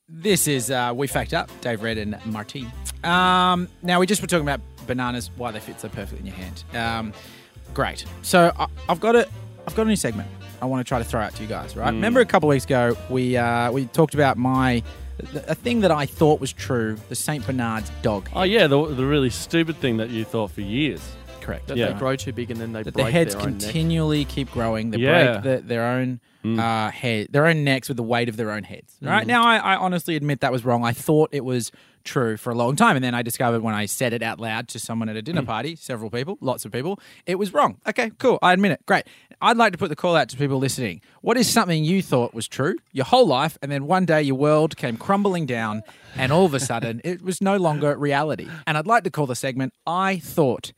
[SPEAKER 1] This is uh, We Fact Up, Dave Red and Martine. Um, now, we just were talking about bananas, why they fit so perfectly in your hand. Um, great. So I, I've got a, I've got a new segment I want to try to throw out to you guys,
[SPEAKER 3] Hmm.
[SPEAKER 1] right? Remember a couple of weeks ago, we, uh, we talked about my, th- a thing that I thought was true, the St. Bernard's dog.
[SPEAKER 3] Oh yeah, the, the really stupid thing that you thought for years.
[SPEAKER 1] Correct.
[SPEAKER 2] That
[SPEAKER 3] Yeah.
[SPEAKER 2] they grow too big and then they
[SPEAKER 1] that
[SPEAKER 2] break
[SPEAKER 1] the heads
[SPEAKER 2] their own neck. Mm.
[SPEAKER 1] continually keep growing. They
[SPEAKER 3] Yeah.
[SPEAKER 1] break the, their own uh, head, their own necks with the weight of their own heads. All Right now, I, I honestly admit that was wrong. I thought it was true for a long time, and then I discovered when I said it out loud to someone at a
[SPEAKER 2] Mm.
[SPEAKER 1] dinner party, several people, lots of people, it was wrong. Okay, cool. I admit it. Great. I'd like to put the call out to people listening. What is something you thought was true your whole life, and then one day your world came crumbling down, and all of a sudden it was no longer reality? And I'd like to call the segment "I Thought."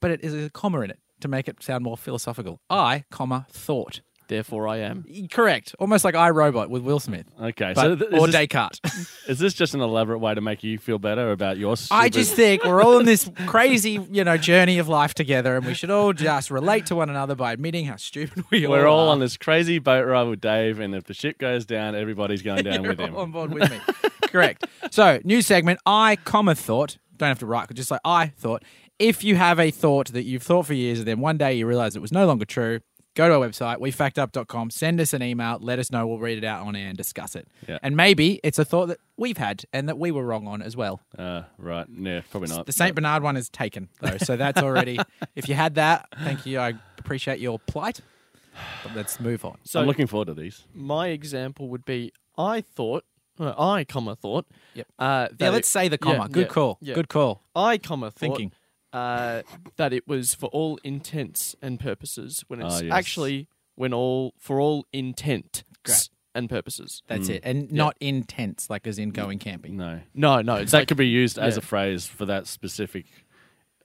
[SPEAKER 1] but it is a comma in it to make it sound more philosophical. I, comma, thought.
[SPEAKER 2] Therefore, I am.
[SPEAKER 1] Correct. Almost like I Robot with Will Smith.
[SPEAKER 3] Okay,
[SPEAKER 1] But,
[SPEAKER 3] so th- is,
[SPEAKER 1] or
[SPEAKER 3] this, [LAUGHS]
[SPEAKER 1] Descartes.
[SPEAKER 3] is this just an elaborate way to make you feel better about your? Stupid...
[SPEAKER 1] I just think we're all in this crazy, you know, journey of life together, and we should all just relate to one another by admitting how stupid we all are.
[SPEAKER 3] [LAUGHS] We're all on this crazy boat ride with Dave, and if the ship goes down, everybody's going
[SPEAKER 1] [LAUGHS]
[SPEAKER 3] down
[SPEAKER 1] You're
[SPEAKER 3] with him.
[SPEAKER 1] all on board with me.
[SPEAKER 2] [LAUGHS]
[SPEAKER 1] Correct. So, new segment. I, comma, thought. Don't have to write. Just like I thought. If you have a thought that you've thought for years, and then one day you realize it was no longer true, go to our website, wefactup.com, send us an email, let us know. We'll read it out on air and discuss it.
[SPEAKER 3] Yeah.
[SPEAKER 1] And maybe it's a thought that we've had and that we were wrong on as well.
[SPEAKER 3] Uh, right? Yeah, probably not.
[SPEAKER 1] The St. Bernard one is taken, though. So that's
[SPEAKER 2] [LAUGHS]
[SPEAKER 1] already, if you had that, thank you. I appreciate your plight. But let's move on.
[SPEAKER 3] So, I'm looking forward to these.
[SPEAKER 2] My example would be I thought, uh, I comma thought.
[SPEAKER 1] Yep.
[SPEAKER 2] Uh,
[SPEAKER 1] Yeah,
[SPEAKER 2] that
[SPEAKER 1] let's
[SPEAKER 2] it-
[SPEAKER 1] say the
[SPEAKER 2] yeah,
[SPEAKER 1] comma. Good
[SPEAKER 2] yeah,
[SPEAKER 1] call.
[SPEAKER 2] yeah.
[SPEAKER 1] Good call.
[SPEAKER 2] I comma thought,
[SPEAKER 1] Thinking.
[SPEAKER 2] uh, that it was for all intents and purposes when it's
[SPEAKER 3] Ah, yes.
[SPEAKER 2] actually when all for all intent
[SPEAKER 1] Great.
[SPEAKER 2] and purposes.
[SPEAKER 1] That's it. And not intense, like as in going camping.
[SPEAKER 3] No,
[SPEAKER 2] No, no, it's
[SPEAKER 3] that
[SPEAKER 2] like
[SPEAKER 3] could be used as
[SPEAKER 2] yeah.
[SPEAKER 3] a phrase for that specific,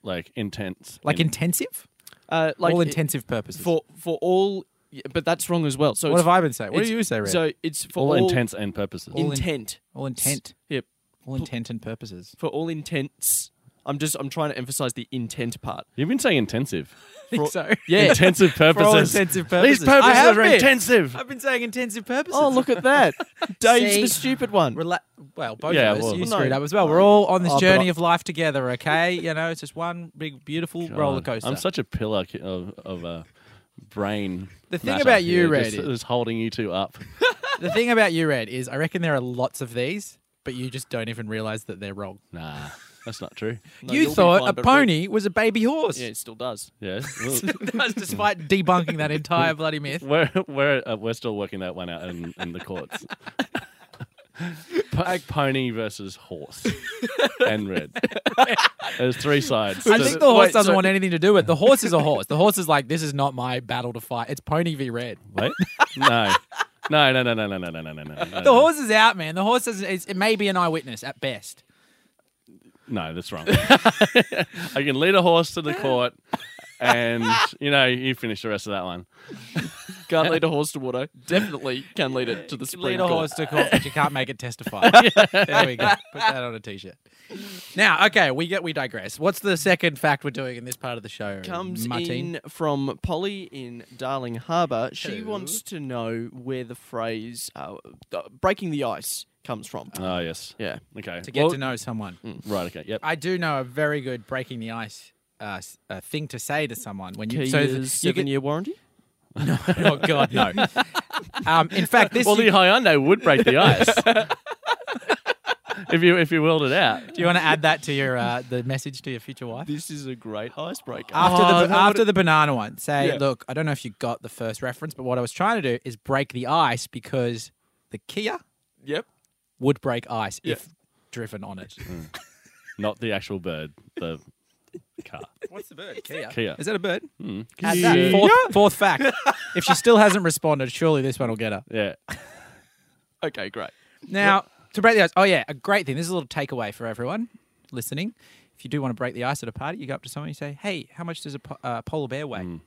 [SPEAKER 3] like intense.
[SPEAKER 1] Like
[SPEAKER 3] in-
[SPEAKER 1] intensive?
[SPEAKER 2] uh, like
[SPEAKER 1] All
[SPEAKER 2] it-
[SPEAKER 1] intensive purposes.
[SPEAKER 2] for for all, yeah, but that's wrong as well. So
[SPEAKER 1] what
[SPEAKER 2] it's,
[SPEAKER 1] have I been saying? What do
[SPEAKER 2] it's-
[SPEAKER 1] you say, Red?
[SPEAKER 2] So it's for
[SPEAKER 3] all,
[SPEAKER 2] all,
[SPEAKER 3] intents and purposes.
[SPEAKER 1] all in-
[SPEAKER 2] intent.
[SPEAKER 1] all intent.
[SPEAKER 2] Yep.
[SPEAKER 1] All intent and purposes.
[SPEAKER 2] For all intents, I'm just I'm trying to emphasize the intent part.
[SPEAKER 3] You've been saying intensive.
[SPEAKER 1] [LAUGHS] I think so.
[SPEAKER 2] Yeah.
[SPEAKER 1] [LAUGHS]
[SPEAKER 3] Intensive purposes.
[SPEAKER 1] all intensive purposes.
[SPEAKER 3] These
[SPEAKER 1] I have
[SPEAKER 3] purposes are
[SPEAKER 1] been.
[SPEAKER 3] intensive.
[SPEAKER 1] I've been saying intensive purposes.
[SPEAKER 2] Oh, look at that. [LAUGHS] Dave's
[SPEAKER 1] See?
[SPEAKER 2] the stupid one.
[SPEAKER 1] Rela- well, both
[SPEAKER 3] Yeah,
[SPEAKER 1] of us.
[SPEAKER 3] well-
[SPEAKER 1] you
[SPEAKER 3] Well,
[SPEAKER 2] no.
[SPEAKER 1] screwed up as well. We're all on this
[SPEAKER 2] Oh, but
[SPEAKER 1] journey
[SPEAKER 2] I-
[SPEAKER 1] of life together, okay? [LAUGHS] You know, it's just one big, beautiful roller coaster.
[SPEAKER 3] Oh, I'm such a pillar ki- of of a brain.
[SPEAKER 1] The thing
[SPEAKER 3] matter
[SPEAKER 1] about you,
[SPEAKER 3] here, just,
[SPEAKER 1] Red, is-
[SPEAKER 3] just holding you two up.
[SPEAKER 1] the thing about you, Red, is I reckon there are lots of these, but you just don't even realize that they're wrong.
[SPEAKER 3] nah, that's not true. [LAUGHS]
[SPEAKER 2] No,
[SPEAKER 1] you
[SPEAKER 2] you'll be
[SPEAKER 1] thought
[SPEAKER 2] fine,
[SPEAKER 1] a
[SPEAKER 2] but-
[SPEAKER 1] pony was a baby horse. [LAUGHS]
[SPEAKER 2] Yeah, it still does.
[SPEAKER 3] Yeah,
[SPEAKER 1] Despite debunking that entire bloody myth.
[SPEAKER 3] we're we're uh, we're still working that one out in, in the courts. Po- pony versus horse and red. There's three sides.
[SPEAKER 1] I
[SPEAKER 3] So
[SPEAKER 1] think
[SPEAKER 3] th-
[SPEAKER 1] the horse
[SPEAKER 2] wait,
[SPEAKER 1] doesn't
[SPEAKER 2] so-
[SPEAKER 1] want anything to do with it. The horse is a horse. The horse is like, this is not my battle to fight. It's Pony v Red.
[SPEAKER 3] wait, no, no, no, no, no, no, no, no, no, no, no, no.
[SPEAKER 1] The horse is out, man. The horse is, is it may be an eyewitness at best.
[SPEAKER 3] No, that's wrong. I can lead a horse to the court, and you know you finish the rest of that one.
[SPEAKER 2] Can't lead a horse to water. Definitely can lead it to the
[SPEAKER 1] Lead
[SPEAKER 2] Supreme
[SPEAKER 1] a
[SPEAKER 2] Court.
[SPEAKER 1] horse to court, but you can't make it testify. There we go. Put that on a t-shirt. Now, okay, we get we digress. What's the second fact we're doing in this part of the show?
[SPEAKER 2] Comes
[SPEAKER 1] Martin?
[SPEAKER 2] in from Polly in Darling Harbour. She
[SPEAKER 1] Hello.
[SPEAKER 2] wants to know where the phrase uh, uh, breaking the ice comes from.
[SPEAKER 1] Uh,
[SPEAKER 3] Oh yes.
[SPEAKER 2] yeah.
[SPEAKER 3] Okay.
[SPEAKER 1] to get
[SPEAKER 3] Well, hmm.
[SPEAKER 1] to know someone.
[SPEAKER 3] Right. Okay. Yep.
[SPEAKER 1] I do know a very good breaking the ice uh, s- uh, thing to say to someone when you
[SPEAKER 2] Two
[SPEAKER 1] so
[SPEAKER 2] years,
[SPEAKER 1] you
[SPEAKER 2] seven
[SPEAKER 1] can-
[SPEAKER 2] year warranty.
[SPEAKER 1] [LAUGHS] oh god no. um, in fact, this
[SPEAKER 3] Well,
[SPEAKER 1] you-
[SPEAKER 3] the Hyundai would break
[SPEAKER 1] [LAUGHS]
[SPEAKER 3] the ice if you if you willed it out.
[SPEAKER 1] do you want to add that to your uh, the message to your future wife?
[SPEAKER 2] This is a great icebreaker.
[SPEAKER 1] After
[SPEAKER 3] Oh,
[SPEAKER 1] the
[SPEAKER 3] that
[SPEAKER 1] ba- after the banana one, say,
[SPEAKER 2] Yeah.
[SPEAKER 1] look, I don't know if you got the first reference, but what I was trying to do is break the ice because the Kia
[SPEAKER 2] yep.
[SPEAKER 1] would break ice
[SPEAKER 2] Yeah.
[SPEAKER 1] if driven on it.
[SPEAKER 3] Not the actual bird, the car.
[SPEAKER 1] What's the bird? Kia.
[SPEAKER 3] Kia.
[SPEAKER 1] Is that a bird?
[SPEAKER 3] Mm.
[SPEAKER 1] Add that. Fourth, fourth fact. if she still hasn't responded, surely this one will get her.
[SPEAKER 3] Yeah.
[SPEAKER 2] Okay, great.
[SPEAKER 1] Now, to break the ice. Oh, yeah, a great thing. This is a little takeaway for everyone listening. If you do want to break the ice at a party, you go up to someone and you say, hey, how much does a po- uh, polar bear weigh?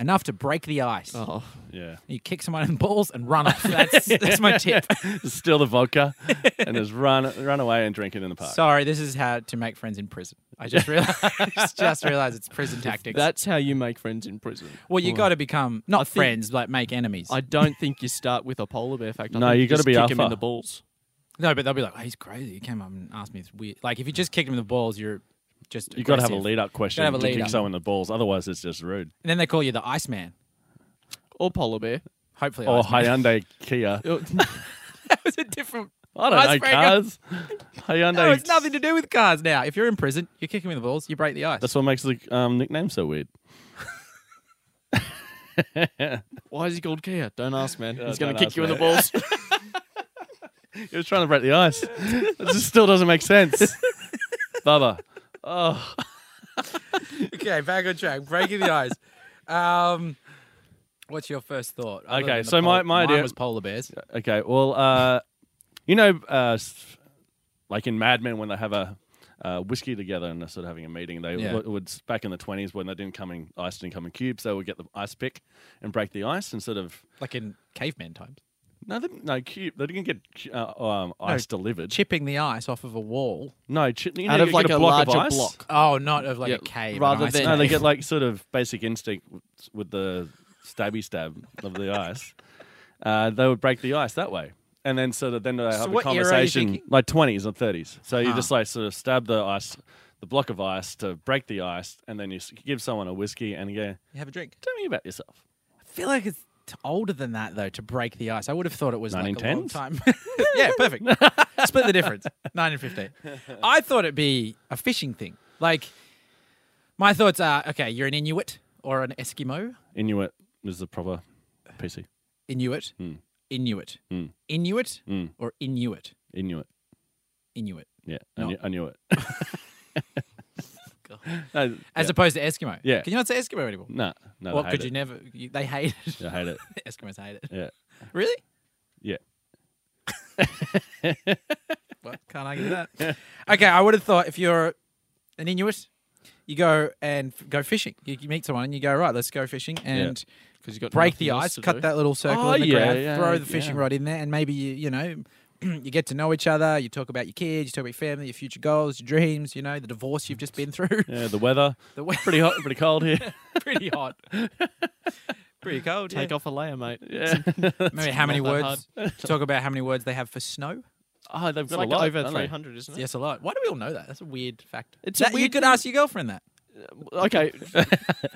[SPEAKER 1] Enough to break the ice.
[SPEAKER 2] Oh,
[SPEAKER 3] Yeah.
[SPEAKER 1] You kick someone in the balls and run [LAUGHS] off. That's, that's my [LAUGHS] tip.
[SPEAKER 3] Steal the vodka and just run run away and drink it in the park.
[SPEAKER 1] Sorry, this is how to make friends in prison. I just [LAUGHS] realized, just realized it's prison tactics.
[SPEAKER 2] that's how you make friends in prison.
[SPEAKER 1] well, you got to become not
[SPEAKER 2] think-
[SPEAKER 1] friends, like make enemies.
[SPEAKER 2] I don't think you start with a polar bear fact. I
[SPEAKER 3] No,
[SPEAKER 2] think
[SPEAKER 3] you gotta
[SPEAKER 2] just
[SPEAKER 3] be
[SPEAKER 2] kick him
[SPEAKER 3] alpha.
[SPEAKER 2] in the balls.
[SPEAKER 1] no, but they'll be like, oh, "He's crazy. He came up and asked me this weird." Like if you just kicked him in the balls, you're just
[SPEAKER 3] you got to have a
[SPEAKER 1] aggressive.
[SPEAKER 3] lead up question
[SPEAKER 1] Gotta have a
[SPEAKER 3] to
[SPEAKER 1] lead
[SPEAKER 3] kick
[SPEAKER 1] up.
[SPEAKER 3] someone in the balls. Otherwise, it's just rude.
[SPEAKER 1] And then they call you the Iceman.
[SPEAKER 2] Or polar bear.
[SPEAKER 1] Hopefully,
[SPEAKER 3] Or
[SPEAKER 1] Iceman.
[SPEAKER 3] Hyundai Kia.
[SPEAKER 2] Oh,
[SPEAKER 1] [LAUGHS] that was a different.
[SPEAKER 3] I don't know
[SPEAKER 1] Icebreaker.
[SPEAKER 3] cars. Hyundai.
[SPEAKER 1] No, it's nothing to do with cars. Now, if you're in prison, you kick him in the balls, you break the ice.
[SPEAKER 3] That's what makes the um, nickname so weird.
[SPEAKER 2] Why is he called Kia? Don't ask, man. He's going to
[SPEAKER 3] don't
[SPEAKER 2] kick
[SPEAKER 3] ask,
[SPEAKER 2] you in the [LAUGHS]
[SPEAKER 3] man.
[SPEAKER 2] balls.
[SPEAKER 3] He was trying to break the ice. it just still doesn't
[SPEAKER 1] [LAUGHS]
[SPEAKER 3] make sense. Bubba. Oh,
[SPEAKER 1] okay, back on track. Breaking the ice. Um, what's your first thought? Other
[SPEAKER 3] Okay,
[SPEAKER 1] than the
[SPEAKER 3] so my-
[SPEAKER 1] pol-
[SPEAKER 3] my
[SPEAKER 1] mine
[SPEAKER 3] idea-
[SPEAKER 1] was polar bears.
[SPEAKER 3] okay. Well, uh, you know, uh, s- like in Mad Men when they have a uh, whiskey together and they're sort of having a meeting, they
[SPEAKER 1] Yeah.
[SPEAKER 3] would, would back in the twenties when they didn't come in ice didn't come in cubes, they would get the ice pick and break the ice and sort of
[SPEAKER 1] like in caveman times.
[SPEAKER 3] no, they, didn't- no cube. They didn't get cu- uh, um, ice delivered.
[SPEAKER 1] chipping the ice off of a wall.
[SPEAKER 3] No, chi- you know,
[SPEAKER 2] Out
[SPEAKER 3] you
[SPEAKER 2] of
[SPEAKER 3] get
[SPEAKER 2] like
[SPEAKER 3] a,
[SPEAKER 2] a
[SPEAKER 3] block of
[SPEAKER 2] larger
[SPEAKER 3] ice.
[SPEAKER 2] block.
[SPEAKER 1] Oh, not of like
[SPEAKER 2] Yeah,
[SPEAKER 1] a cave.
[SPEAKER 2] rather
[SPEAKER 1] an ice
[SPEAKER 2] than-
[SPEAKER 3] No,
[SPEAKER 1] cave.
[SPEAKER 3] they get like sort of basic instinct w- with the stabby stab of the ice. Uh, they would break the ice that way, and then sort of then they have a
[SPEAKER 1] what era are you
[SPEAKER 3] conversation
[SPEAKER 1] thinking?
[SPEAKER 3] like twenties or thirties. So you just like sort of stab the ice, the block of ice to break the ice, and then you s- give someone a whiskey and you go,
[SPEAKER 1] You have a drink.
[SPEAKER 3] "Tell me about yourself."
[SPEAKER 1] I feel like it's t- older than that though to break the ice. I would have thought it was like a long
[SPEAKER 3] 1910s?
[SPEAKER 1] time. [LAUGHS] yeah, perfect.
[SPEAKER 3] [LAUGHS]
[SPEAKER 1] Split the difference. Nine and fifteen. I thought it'd be a fishing thing. Like my thoughts are okay. You're an Inuit or an Eskimo.
[SPEAKER 3] Inuit is the proper PC.
[SPEAKER 1] Inuit.
[SPEAKER 3] Hmm.
[SPEAKER 1] Inuit.
[SPEAKER 3] Mm.
[SPEAKER 1] Inuit
[SPEAKER 3] Mm.
[SPEAKER 1] or Inuit.
[SPEAKER 3] Inuit,
[SPEAKER 1] Inuit.
[SPEAKER 3] yeah,
[SPEAKER 1] No. [LAUGHS]
[SPEAKER 3] Inu- Inuit.
[SPEAKER 1] God.
[SPEAKER 3] no,
[SPEAKER 1] As opposed to Eskimo.
[SPEAKER 3] Yeah.
[SPEAKER 1] Can you not say Eskimo anymore?
[SPEAKER 3] [LAUGHS] no, no,
[SPEAKER 1] Well,
[SPEAKER 3] I hate
[SPEAKER 1] could
[SPEAKER 3] it.
[SPEAKER 1] you never? You, they hate it.
[SPEAKER 3] I hate it.
[SPEAKER 1] [LAUGHS] Eskimos hate it.
[SPEAKER 3] Yeah,
[SPEAKER 1] Really?
[SPEAKER 3] yeah.
[SPEAKER 1] Well, can't argue
[SPEAKER 3] [LAUGHS]
[SPEAKER 1] with that. okay, I would have thought if you're an Inuit, you go and f- go fishing. You, you meet someone and you go, right, let's go fishing and
[SPEAKER 2] Because you got
[SPEAKER 1] break
[SPEAKER 2] nothing
[SPEAKER 1] the
[SPEAKER 2] else
[SPEAKER 1] ice,
[SPEAKER 2] to
[SPEAKER 1] cut
[SPEAKER 2] do.
[SPEAKER 1] that little circle
[SPEAKER 3] Oh,
[SPEAKER 1] in the
[SPEAKER 3] yeah,
[SPEAKER 1] ground,
[SPEAKER 3] yeah,
[SPEAKER 1] throw the fishing
[SPEAKER 3] yeah.
[SPEAKER 1] rod in there, and maybe you, you know, [CLEARS THROAT] you get to know each other. You talk about your kids, you talk about your family, your future goals, your dreams. You know, the divorce you've just been through.
[SPEAKER 3] Yeah, the weather.
[SPEAKER 1] The weather-
[SPEAKER 3] pretty hot, pretty cold here.
[SPEAKER 1] Pretty hot. [LAUGHS] Pretty cold.
[SPEAKER 2] Take
[SPEAKER 1] yeah.
[SPEAKER 2] off a layer, mate.
[SPEAKER 3] Yeah.
[SPEAKER 1] Maybe how many
[SPEAKER 2] not that
[SPEAKER 1] words?
[SPEAKER 3] [LAUGHS]
[SPEAKER 1] talk about how many words they have for snow.
[SPEAKER 3] Oh, they've
[SPEAKER 2] It's like over 300, isn't it?
[SPEAKER 1] Yes, a lot. Why do we all know that? That's a weird fact.
[SPEAKER 2] It's a
[SPEAKER 1] that, you
[SPEAKER 2] weird
[SPEAKER 1] could
[SPEAKER 2] thing.
[SPEAKER 1] ask your girlfriend that. [LAUGHS]
[SPEAKER 2] Okay.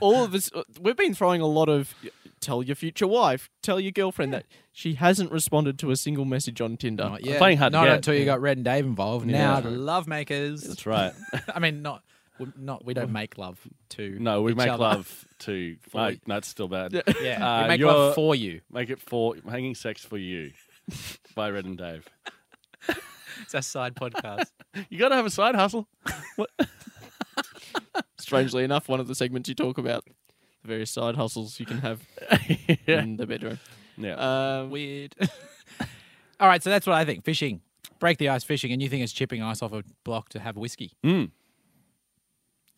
[SPEAKER 2] All of us, uh, we've been throwing a lot of tell your future wife, tell your girlfriend that she hasn't responded to a single message on Tinder.
[SPEAKER 1] Not yet.
[SPEAKER 3] playing hard to
[SPEAKER 1] Not
[SPEAKER 3] get.
[SPEAKER 1] until you got Red and Dave involved. Now
[SPEAKER 3] Yeah.
[SPEAKER 1] the love makers.
[SPEAKER 3] [LAUGHS] That's right.
[SPEAKER 1] [LAUGHS] I mean, not we- not we don't make love to.
[SPEAKER 3] No, we
[SPEAKER 1] each
[SPEAKER 3] make
[SPEAKER 1] other.
[SPEAKER 3] love to. No,
[SPEAKER 1] you.
[SPEAKER 3] that's still bad.
[SPEAKER 1] [LAUGHS] Yeah,
[SPEAKER 3] Uh,
[SPEAKER 1] we make
[SPEAKER 3] you're-
[SPEAKER 1] love for you.
[SPEAKER 3] [LAUGHS] Make it for hanging sex for you by Red and Dave.
[SPEAKER 1] It's our side podcast. [LAUGHS]
[SPEAKER 3] You got to have a side hustle.
[SPEAKER 2] Strangely enough, one of the segments you talk about, the various side hustles you can have
[SPEAKER 1] [LAUGHS]
[SPEAKER 3] yeah.
[SPEAKER 2] in the bedroom.
[SPEAKER 3] yeah.
[SPEAKER 2] Uh, Weird.
[SPEAKER 1] all right, so that's what I think. Fishing, break the ice fishing, and you think it's chipping ice off a block to have whiskey.
[SPEAKER 3] Mm.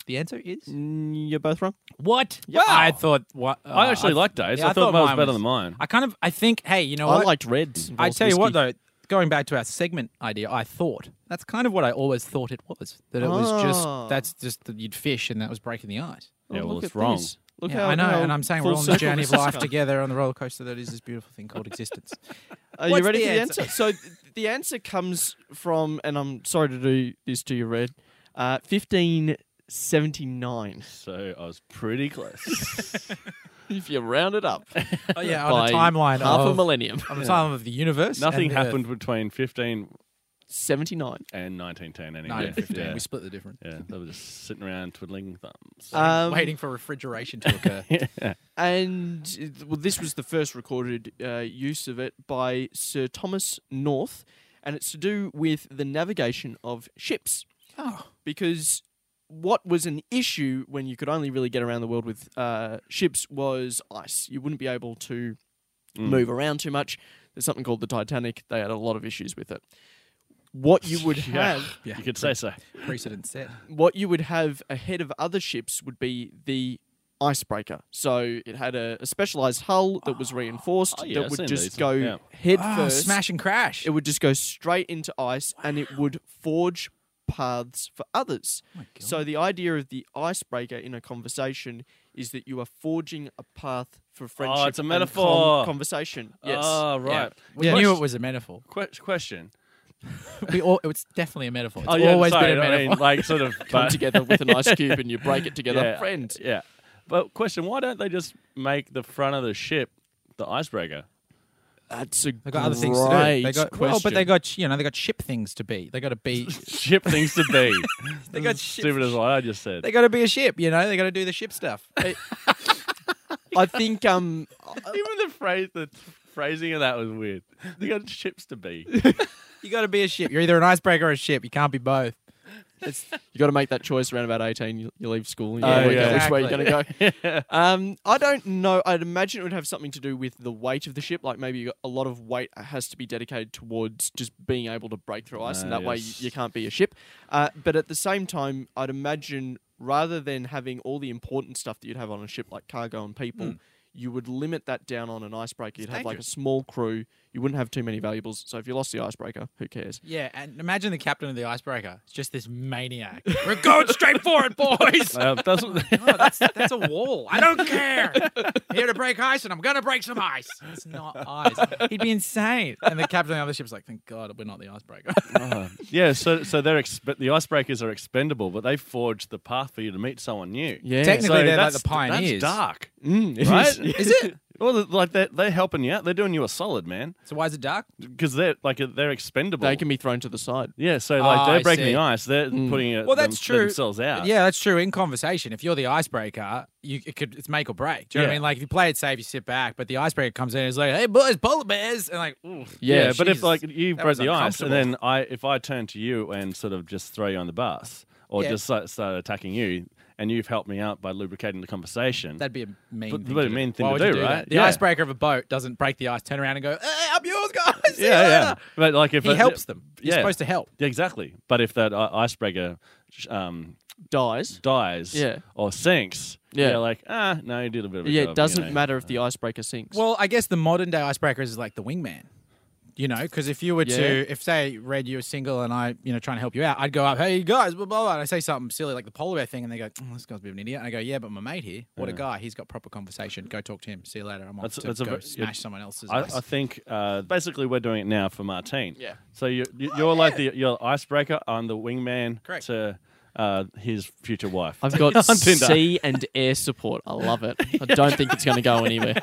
[SPEAKER 1] The answer is
[SPEAKER 2] You're both wrong.
[SPEAKER 1] what?
[SPEAKER 3] Wow.
[SPEAKER 1] I thought what uh,
[SPEAKER 3] I actually
[SPEAKER 1] I-
[SPEAKER 3] like Dave's.
[SPEAKER 1] yeah,
[SPEAKER 3] I, thought mine was
[SPEAKER 1] mine
[SPEAKER 3] better than mine.
[SPEAKER 1] I kind of I think hey, you know
[SPEAKER 2] I
[SPEAKER 1] what?
[SPEAKER 2] liked reds.
[SPEAKER 1] I
[SPEAKER 2] involves
[SPEAKER 1] tell you what
[SPEAKER 2] whiskey.
[SPEAKER 1] though, going back to our segment idea, I thought that's kind of what I always thought it was. That it was
[SPEAKER 2] Oh.
[SPEAKER 1] just that's just that you'd fish and that was breaking the ice.
[SPEAKER 3] Yeah,
[SPEAKER 2] Oh,
[SPEAKER 3] well,
[SPEAKER 2] look
[SPEAKER 3] it's
[SPEAKER 2] at
[SPEAKER 3] wrong.
[SPEAKER 2] this. Look
[SPEAKER 1] yeah,
[SPEAKER 2] how,
[SPEAKER 1] I know,
[SPEAKER 2] how
[SPEAKER 1] and I'm saying we're
[SPEAKER 2] full
[SPEAKER 1] all on the
[SPEAKER 2] circle
[SPEAKER 1] journey of
[SPEAKER 2] this has
[SPEAKER 1] life
[SPEAKER 2] come.
[SPEAKER 1] together on the roller coaster that is this beautiful thing called existence.
[SPEAKER 2] [LAUGHS] Are
[SPEAKER 1] What's
[SPEAKER 2] you ready
[SPEAKER 1] the
[SPEAKER 2] for the
[SPEAKER 1] answer?
[SPEAKER 2] answer? So th- the answer comes from, and I'm sorry to do this to you, Red. Uh, 1579.
[SPEAKER 3] So I was pretty close.
[SPEAKER 2] If you round it up,
[SPEAKER 1] Oh [LAUGHS] yeah, on
[SPEAKER 2] by
[SPEAKER 1] a timeline
[SPEAKER 2] half
[SPEAKER 1] of
[SPEAKER 2] a millennium.
[SPEAKER 1] on the time of the universe.
[SPEAKER 3] Nothing
[SPEAKER 1] and the Earth.
[SPEAKER 3] happened between 15
[SPEAKER 2] 79.
[SPEAKER 3] and 1910 anyway.
[SPEAKER 1] Nine and fifteen.
[SPEAKER 3] Yeah.
[SPEAKER 1] We split the difference.
[SPEAKER 3] yeah, they were just sitting around twiddling thumbs.
[SPEAKER 2] Um,
[SPEAKER 1] Waiting for refrigeration to
[SPEAKER 2] [LAUGHS]
[SPEAKER 1] occur.
[SPEAKER 2] And uh, well, this was the first recorded uh, use of it by Sir Thomas North, and it's to do with the navigation of ships
[SPEAKER 1] Oh.
[SPEAKER 2] because what was an issue when you could only really get around the world with uh, ships was ice. You wouldn't be able to move around too much. There's something called the Titanic. They had a lot of issues with it. What you would
[SPEAKER 3] [LAUGHS] Yeah.
[SPEAKER 2] have,
[SPEAKER 1] Yeah.
[SPEAKER 3] You could say so.
[SPEAKER 1] Precedent set.
[SPEAKER 2] what you would have ahead of other ships would be the icebreaker. So it had a, a specialized hull that was reinforced
[SPEAKER 3] Ah, oh, yeah,
[SPEAKER 2] that
[SPEAKER 3] I've
[SPEAKER 2] would
[SPEAKER 3] seen
[SPEAKER 2] just
[SPEAKER 3] these.
[SPEAKER 2] go
[SPEAKER 3] Yeah.
[SPEAKER 2] head
[SPEAKER 1] Oh,
[SPEAKER 2] first.
[SPEAKER 1] smash and crash.
[SPEAKER 2] It would just go straight into ice and it would forge paths for others.
[SPEAKER 1] Oh
[SPEAKER 2] so the idea of the icebreaker in a conversation is that you are forging a path for friendship.
[SPEAKER 3] Oh, it's a
[SPEAKER 2] and
[SPEAKER 3] metaphor.
[SPEAKER 2] com- conversation. Yes.
[SPEAKER 3] Oh, right.
[SPEAKER 1] we
[SPEAKER 2] Yeah.
[SPEAKER 1] knew
[SPEAKER 2] Yes.
[SPEAKER 1] it was a metaphor.
[SPEAKER 3] Que- question.
[SPEAKER 1] We all, it's definitely a metaphor. It's
[SPEAKER 3] Oh, yeah,
[SPEAKER 1] always
[SPEAKER 3] sorry,
[SPEAKER 1] been a
[SPEAKER 3] I mean,
[SPEAKER 1] metaphor.
[SPEAKER 3] like sort of
[SPEAKER 2] Come
[SPEAKER 3] [LAUGHS] but-
[SPEAKER 2] together with an ice cube and you break
[SPEAKER 3] [LAUGHS]
[SPEAKER 2] it together.
[SPEAKER 3] yeah,
[SPEAKER 2] Friend.
[SPEAKER 3] Yeah. But question: Why don't they just make the front of the ship the icebreaker?
[SPEAKER 2] That's a
[SPEAKER 1] They got other things to do. They got, well, but they got you know they got ship things to be. They got to be. [LAUGHS]
[SPEAKER 3] Ship things to be.
[SPEAKER 1] They got
[SPEAKER 3] Stupid as what I just said.
[SPEAKER 1] They got to be a ship. You know they got to do the ship stuff.
[SPEAKER 2] I think
[SPEAKER 1] [LAUGHS]
[SPEAKER 2] um
[SPEAKER 3] Even the phrase, the phrasing of that was weird. They got ships
[SPEAKER 1] [LAUGHS]
[SPEAKER 3] to be.
[SPEAKER 1] You got to be a ship. You're either an icebreaker or a ship. You can't be both.
[SPEAKER 2] it's, you got to make that choice around about 18 you, you leave school and you
[SPEAKER 3] Oh,
[SPEAKER 2] work
[SPEAKER 3] yeah.
[SPEAKER 2] out which way you're going to go.
[SPEAKER 3] [LAUGHS]
[SPEAKER 2] Um, I don't know. I'd imagine it would have something to do with the weight of the ship. Like maybe you got- a lot of weight has to be dedicated towards just being able to break through ice, and
[SPEAKER 3] Ah,
[SPEAKER 2] that way you,
[SPEAKER 3] yes.
[SPEAKER 2] you can't be a ship. Uh, but at the same time, I'd imagine rather than having all the important stuff that you'd have on a ship, like cargo and
[SPEAKER 3] Hmm.
[SPEAKER 2] people. You would limit that down on an icebreaker. You'd have like a
[SPEAKER 1] dangerous.
[SPEAKER 2] small crew. You wouldn't have too many valuables. So if you lost the icebreaker, who cares?
[SPEAKER 1] Yeah, and imagine the captain of the icebreaker. It's just this maniac. [LAUGHS] We're going straight for it, boys.
[SPEAKER 3] Um, that's what-
[SPEAKER 1] [LAUGHS] Oh, that's, that's a wall. I don't care. Here to break ice, and I'm gonna break some ice. It's not ice. He'd be insane. And the captain of the other ship's like, "Thank God we're not the icebreaker." [LAUGHS]
[SPEAKER 3] yeah. So, so they're exp- the icebreakers are expendable, but they forge the path for you to meet someone new.
[SPEAKER 2] Yeah.
[SPEAKER 1] Technically,
[SPEAKER 3] So
[SPEAKER 1] they're like
[SPEAKER 3] that's-
[SPEAKER 1] the pioneers. [LAUGHS]
[SPEAKER 3] That's dark,
[SPEAKER 2] Mm, it
[SPEAKER 3] right?
[SPEAKER 2] [LAUGHS] is.
[SPEAKER 1] Is it?
[SPEAKER 3] [LAUGHS] Well, they're- like they're, they're helping you out. They're doing you a solid, man,
[SPEAKER 1] So why is it dark?
[SPEAKER 3] because they're like they're expendable.
[SPEAKER 2] They can be thrown to the side.
[SPEAKER 3] yeah. So
[SPEAKER 1] Ah,
[SPEAKER 3] like
[SPEAKER 1] I
[SPEAKER 3] they're breaking
[SPEAKER 1] see.
[SPEAKER 3] the ice. They're putting it
[SPEAKER 1] Well, that's
[SPEAKER 3] them-
[SPEAKER 1] true.
[SPEAKER 3] themselves out.
[SPEAKER 1] Yeah, that's true. In conversation, if you're the icebreaker, you it could it's make or break. Do you know what I
[SPEAKER 3] Yeah.
[SPEAKER 1] mean? Like if you play it safe, you sit back, but the icebreaker comes in and is like, "Hey boys, polar bears," and like, ooh,
[SPEAKER 2] Yeah,
[SPEAKER 3] Yeah, but
[SPEAKER 1] jeez,
[SPEAKER 3] if like you
[SPEAKER 1] that
[SPEAKER 3] broke
[SPEAKER 1] was
[SPEAKER 3] the ice, and
[SPEAKER 1] uncomfortable.
[SPEAKER 3] then I, if I turn to you and sort of just throw you on the bus, or
[SPEAKER 1] Yeah.
[SPEAKER 3] just start, start attacking you, and you've helped me out by lubricating the conversation,
[SPEAKER 1] that'd be a mean.
[SPEAKER 3] But-
[SPEAKER 1] thing
[SPEAKER 3] but
[SPEAKER 1] to
[SPEAKER 3] a mean thing
[SPEAKER 1] Why
[SPEAKER 3] to
[SPEAKER 1] would you
[SPEAKER 3] do, right?
[SPEAKER 1] That? The
[SPEAKER 3] Yeah.
[SPEAKER 1] icebreaker of a boat doesn't break the ice. Turn around and go, "Hey, I'm yours, guys." See you
[SPEAKER 3] yeah, yeah.
[SPEAKER 1] later."
[SPEAKER 3] But like if
[SPEAKER 1] He
[SPEAKER 3] it-
[SPEAKER 1] helps them. He's
[SPEAKER 3] yeah,
[SPEAKER 1] supposed to help.
[SPEAKER 3] Yeah, exactly. But if that i- icebreaker sh- um,
[SPEAKER 2] Dies.
[SPEAKER 3] dies,
[SPEAKER 2] Yeah.
[SPEAKER 3] or sinks,
[SPEAKER 2] Yeah.
[SPEAKER 3] you're like ah, no, you did a bit of a
[SPEAKER 2] Yeah,
[SPEAKER 3] job,
[SPEAKER 2] it
[SPEAKER 3] you
[SPEAKER 2] doesn't
[SPEAKER 3] know.
[SPEAKER 2] matter if the icebreaker sinks.
[SPEAKER 1] Well, I guess the modern day icebreaker is like the wingman. You know, because if you were
[SPEAKER 2] Yeah.
[SPEAKER 1] to, if say Red, you were single and I, you know, trying to help you out, I'd go up, hey you guys, blah blah, blah and I say something silly like the polar bear thing, and they go, oh, this guy's a bit of an idiot. And I go, yeah, but my mate here, what a guy, he's got proper conversation. Go talk to him. See you later. I'm off
[SPEAKER 3] That's-
[SPEAKER 1] to
[SPEAKER 3] that's a
[SPEAKER 1] go
[SPEAKER 3] ver- yeah.
[SPEAKER 1] smash someone else's.
[SPEAKER 3] I,
[SPEAKER 1] ice."
[SPEAKER 3] I think uh, basically we're doing it now for Martine.
[SPEAKER 2] Yeah.
[SPEAKER 3] So you, you, you're like the you're the icebreaker. I'm the wingman
[SPEAKER 1] Oh, Correct.
[SPEAKER 3] to uh, his future wife. [LAUGHS]
[SPEAKER 2] I've got
[SPEAKER 3] On Tinder.
[SPEAKER 2] sea and air support. I love it. I don't think it's going to go anywhere.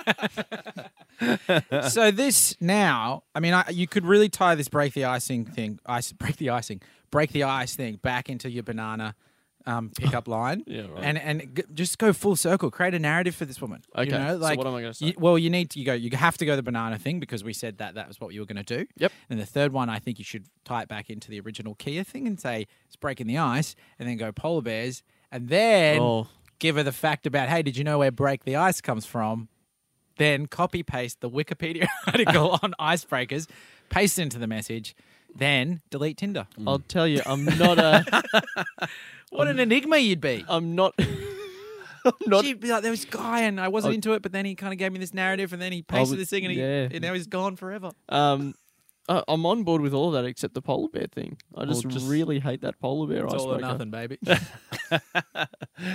[SPEAKER 1] [LAUGHS] so this now, I mean, I, you could really tie this break the icing thing, ice [LAUGHS] break the icing, break the ice thing back into your banana um,
[SPEAKER 2] [LAUGHS]
[SPEAKER 1] pickup line.
[SPEAKER 2] Yeah, right.
[SPEAKER 1] And and g- just go full circle, create a narrative for this woman.
[SPEAKER 2] Okay,
[SPEAKER 1] You know,
[SPEAKER 2] so
[SPEAKER 1] like,
[SPEAKER 2] what am I gonna say?
[SPEAKER 1] you- well, you need to you go. You have to go the banana thing because we said that that was what you were going to do.
[SPEAKER 2] Yep.
[SPEAKER 1] And the third one, I think you should tie it back into the original Kia thing and say it's breaking the ice, and then go polar bears, and then
[SPEAKER 2] Oh.
[SPEAKER 1] give her the fact about hey, did you know where break the ice comes from? then copy paste the Wikipedia [LAUGHS] article on icebreakers, paste into the message, then delete Tinder.
[SPEAKER 2] I'll tell you, I'm not a,
[SPEAKER 1] What an enigma you'd be.
[SPEAKER 2] I'm not,
[SPEAKER 1] She'd be like, there was a guy and I wasn't into it, but then he kind of gave me this narrative and then he pasted
[SPEAKER 2] would-
[SPEAKER 1] this thing and, he,
[SPEAKER 2] yeah.
[SPEAKER 1] and now he's gone forever.
[SPEAKER 2] um, I- I'm on board with all of that except the polar bear thing. I just, really hate that polar bear
[SPEAKER 1] It's all or
[SPEAKER 2] icebreaker.
[SPEAKER 1] nothing,
[SPEAKER 2] [LAUGHS]
[SPEAKER 1] baby.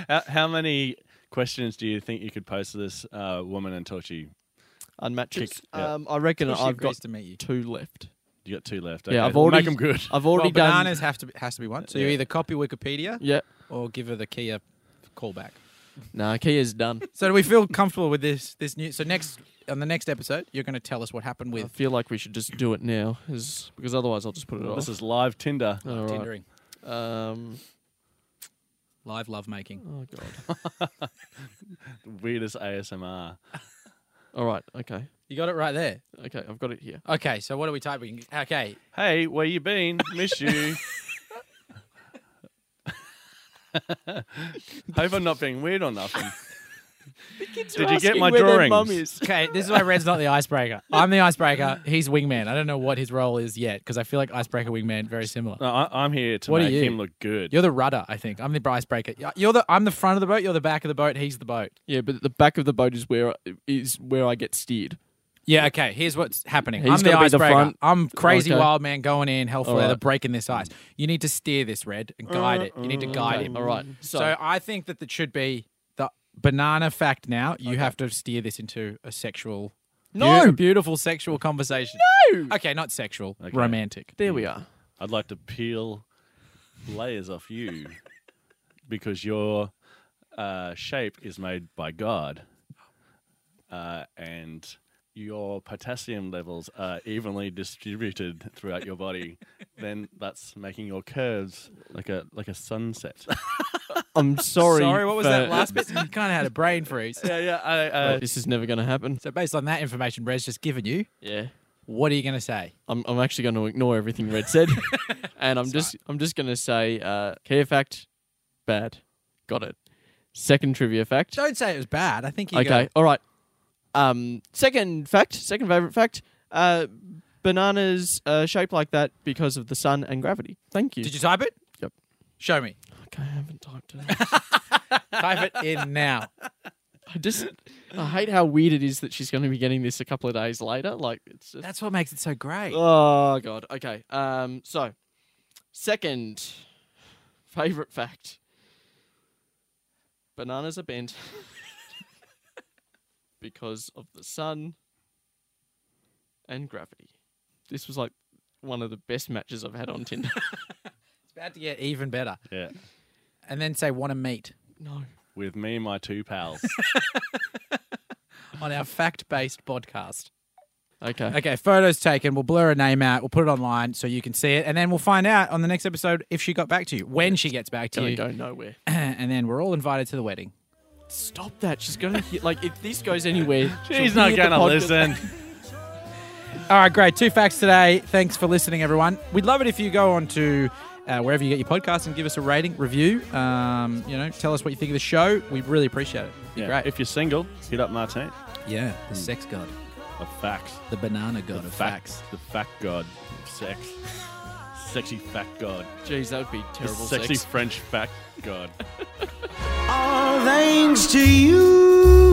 [SPEAKER 3] How, how many questions do you think you could pose to this uh, woman until she?
[SPEAKER 2] Unmatches.
[SPEAKER 3] Kick, yeah.
[SPEAKER 2] Um, I reckon
[SPEAKER 1] She
[SPEAKER 2] I've
[SPEAKER 1] agrees
[SPEAKER 2] got
[SPEAKER 1] to meet you.
[SPEAKER 2] two left.
[SPEAKER 3] You got two left.
[SPEAKER 2] Yeah,
[SPEAKER 3] okay.
[SPEAKER 2] I've already
[SPEAKER 3] make them good.
[SPEAKER 2] I've already
[SPEAKER 1] well,
[SPEAKER 2] done.
[SPEAKER 1] bananas have to be, has to be one. So you
[SPEAKER 3] Yeah.
[SPEAKER 1] either copy Wikipedia
[SPEAKER 2] yeah.
[SPEAKER 1] or give her the Kia callback.
[SPEAKER 2] Nah, Kia's done.
[SPEAKER 1] So do we feel comfortable with this this new so next on the next episode you're going to tell us what happened
[SPEAKER 2] I
[SPEAKER 1] with
[SPEAKER 2] feel like we should just do it now, 'cause- because otherwise I'll just put it off.
[SPEAKER 3] [LAUGHS] This is live Tinder.
[SPEAKER 2] All right.
[SPEAKER 1] Tindering,
[SPEAKER 2] Um,
[SPEAKER 1] live lovemaking.
[SPEAKER 2] oh god.
[SPEAKER 3] Weirdest ASMR.
[SPEAKER 2] All right. Okay.
[SPEAKER 1] You got it right there.
[SPEAKER 2] Okay, I've got it here.
[SPEAKER 1] Okay, so what are we typing? Okay,
[SPEAKER 3] Hey, where you been? Miss
[SPEAKER 2] [LAUGHS]
[SPEAKER 3] you. [LAUGHS] Hope I'm not being weird
[SPEAKER 1] [LAUGHS]
[SPEAKER 3] or nothing. Did you get my drawings?
[SPEAKER 1] okay. This is why Red's not the icebreaker. I'm the icebreaker. He's wingman. I don't know what his role is yet because I feel like icebreaker wingman very similar.
[SPEAKER 3] No, I, I'm here to
[SPEAKER 1] What are
[SPEAKER 3] make
[SPEAKER 1] you?
[SPEAKER 3] him look good.
[SPEAKER 1] You're the rudder, I think. I'm the icebreaker. Y- You're the. I'm the front of the boat. You're the back of the boat. He's the boat.
[SPEAKER 2] Yeah, but the back of the boat is where I- is where I get steered.
[SPEAKER 1] Yeah. Okay. Here's what's happening.
[SPEAKER 2] He's
[SPEAKER 1] I'm the
[SPEAKER 2] gotta be the
[SPEAKER 1] icebreaker.
[SPEAKER 2] front.
[SPEAKER 1] I'm crazy
[SPEAKER 2] Okay.
[SPEAKER 1] wild man going in hell for
[SPEAKER 2] All
[SPEAKER 1] leather,
[SPEAKER 2] right.
[SPEAKER 1] breaking this ice. You need to steer this red and guide it. You need to guide
[SPEAKER 2] Okay,
[SPEAKER 1] him.
[SPEAKER 2] all right.
[SPEAKER 1] So,
[SPEAKER 2] So,
[SPEAKER 1] I think that it should be the banana fact. Now you have to steer this into a sexual.
[SPEAKER 2] No!
[SPEAKER 1] beau- beautiful sexual conversation. No. Okay, not sexual. Romantic.
[SPEAKER 2] there we are.
[SPEAKER 3] I'd like to peel layers off you because your uh, shape is made by God, uh, and your potassium levels are evenly distributed throughout your [LAUGHS] body. then that's making your curves like a like a sunset.
[SPEAKER 2] I'm [LAUGHS] sorry.
[SPEAKER 1] what was
[SPEAKER 2] for-
[SPEAKER 1] that last bit? You kind of had a brain freeze.
[SPEAKER 3] [LAUGHS]
[SPEAKER 1] [LAUGHS]
[SPEAKER 3] yeah, yeah. I,
[SPEAKER 2] Uh, this is never going to happen.
[SPEAKER 1] So based on that information Red's just given you,
[SPEAKER 2] Yeah.
[SPEAKER 1] what are you going to say?
[SPEAKER 2] I'm, I'm actually going to ignore everything Red said, [LAUGHS] and I'm just I'm just going to say uh, care fact, bad, got it. Second trivia fact.
[SPEAKER 1] Don't say it was bad. I think you
[SPEAKER 2] Okay, all right. Um, second fact, second favorite fact. Uh, bananas uh, shaped like that because of the sun and gravity. Thank you.
[SPEAKER 1] Did you type it?
[SPEAKER 2] Yep.
[SPEAKER 1] Show me.
[SPEAKER 2] Okay, I haven't typed it. out.
[SPEAKER 1] type it [LAUGHS] in now.
[SPEAKER 2] I just I hate how weird it is that she's going to be getting this a couple of days later. Like it's just
[SPEAKER 1] That's what makes it so great.
[SPEAKER 2] Oh god. Okay. Um so second favorite fact. Bananas are bent [LAUGHS] because of the sun and gravity. This was like one of the best matches I've had
[SPEAKER 1] [LAUGHS]
[SPEAKER 2] on Tinder.
[SPEAKER 1] It's about to get even better.
[SPEAKER 3] yeah.
[SPEAKER 1] And then say want to meet
[SPEAKER 2] no.
[SPEAKER 3] With me and my two pals.
[SPEAKER 1] on our fact-based podcast.
[SPEAKER 2] Okay.
[SPEAKER 1] Okay, photos taken. We'll blur her name out. We'll put it online so you can see it, and then we'll find out on the next episode if she got back to you, when she gets back to
[SPEAKER 2] Gonna
[SPEAKER 1] you,
[SPEAKER 2] go nowhere.
[SPEAKER 1] [CLEARS THROAT] and then we're all invited to the wedding.
[SPEAKER 2] Stop that. She's gonna hear, like if this goes
[SPEAKER 3] [LAUGHS]
[SPEAKER 2] anywhere. she'll
[SPEAKER 3] [LAUGHS] He's not
[SPEAKER 2] hear the
[SPEAKER 3] gonna
[SPEAKER 2] podcast-
[SPEAKER 3] [LAUGHS] listen.
[SPEAKER 1] All right, great. Two facts today. Thanks for listening, everyone. We'd love it if you go on to uh, wherever you get your podcast and give us a rating, review. Um, you know, tell us what you think of the show. We really appreciate it. It'd be
[SPEAKER 3] Yeah.
[SPEAKER 1] great.
[SPEAKER 3] If you're single, hit up Martin.
[SPEAKER 1] yeah, the sex god,
[SPEAKER 3] Of facts.
[SPEAKER 1] the banana god
[SPEAKER 3] The facts. The fact god of sex. Sexy fact god.
[SPEAKER 2] Jeez, that would be
[SPEAKER 3] The
[SPEAKER 2] terrible.
[SPEAKER 3] sexy
[SPEAKER 2] sex.
[SPEAKER 3] French fact god.
[SPEAKER 5] all thanks to you.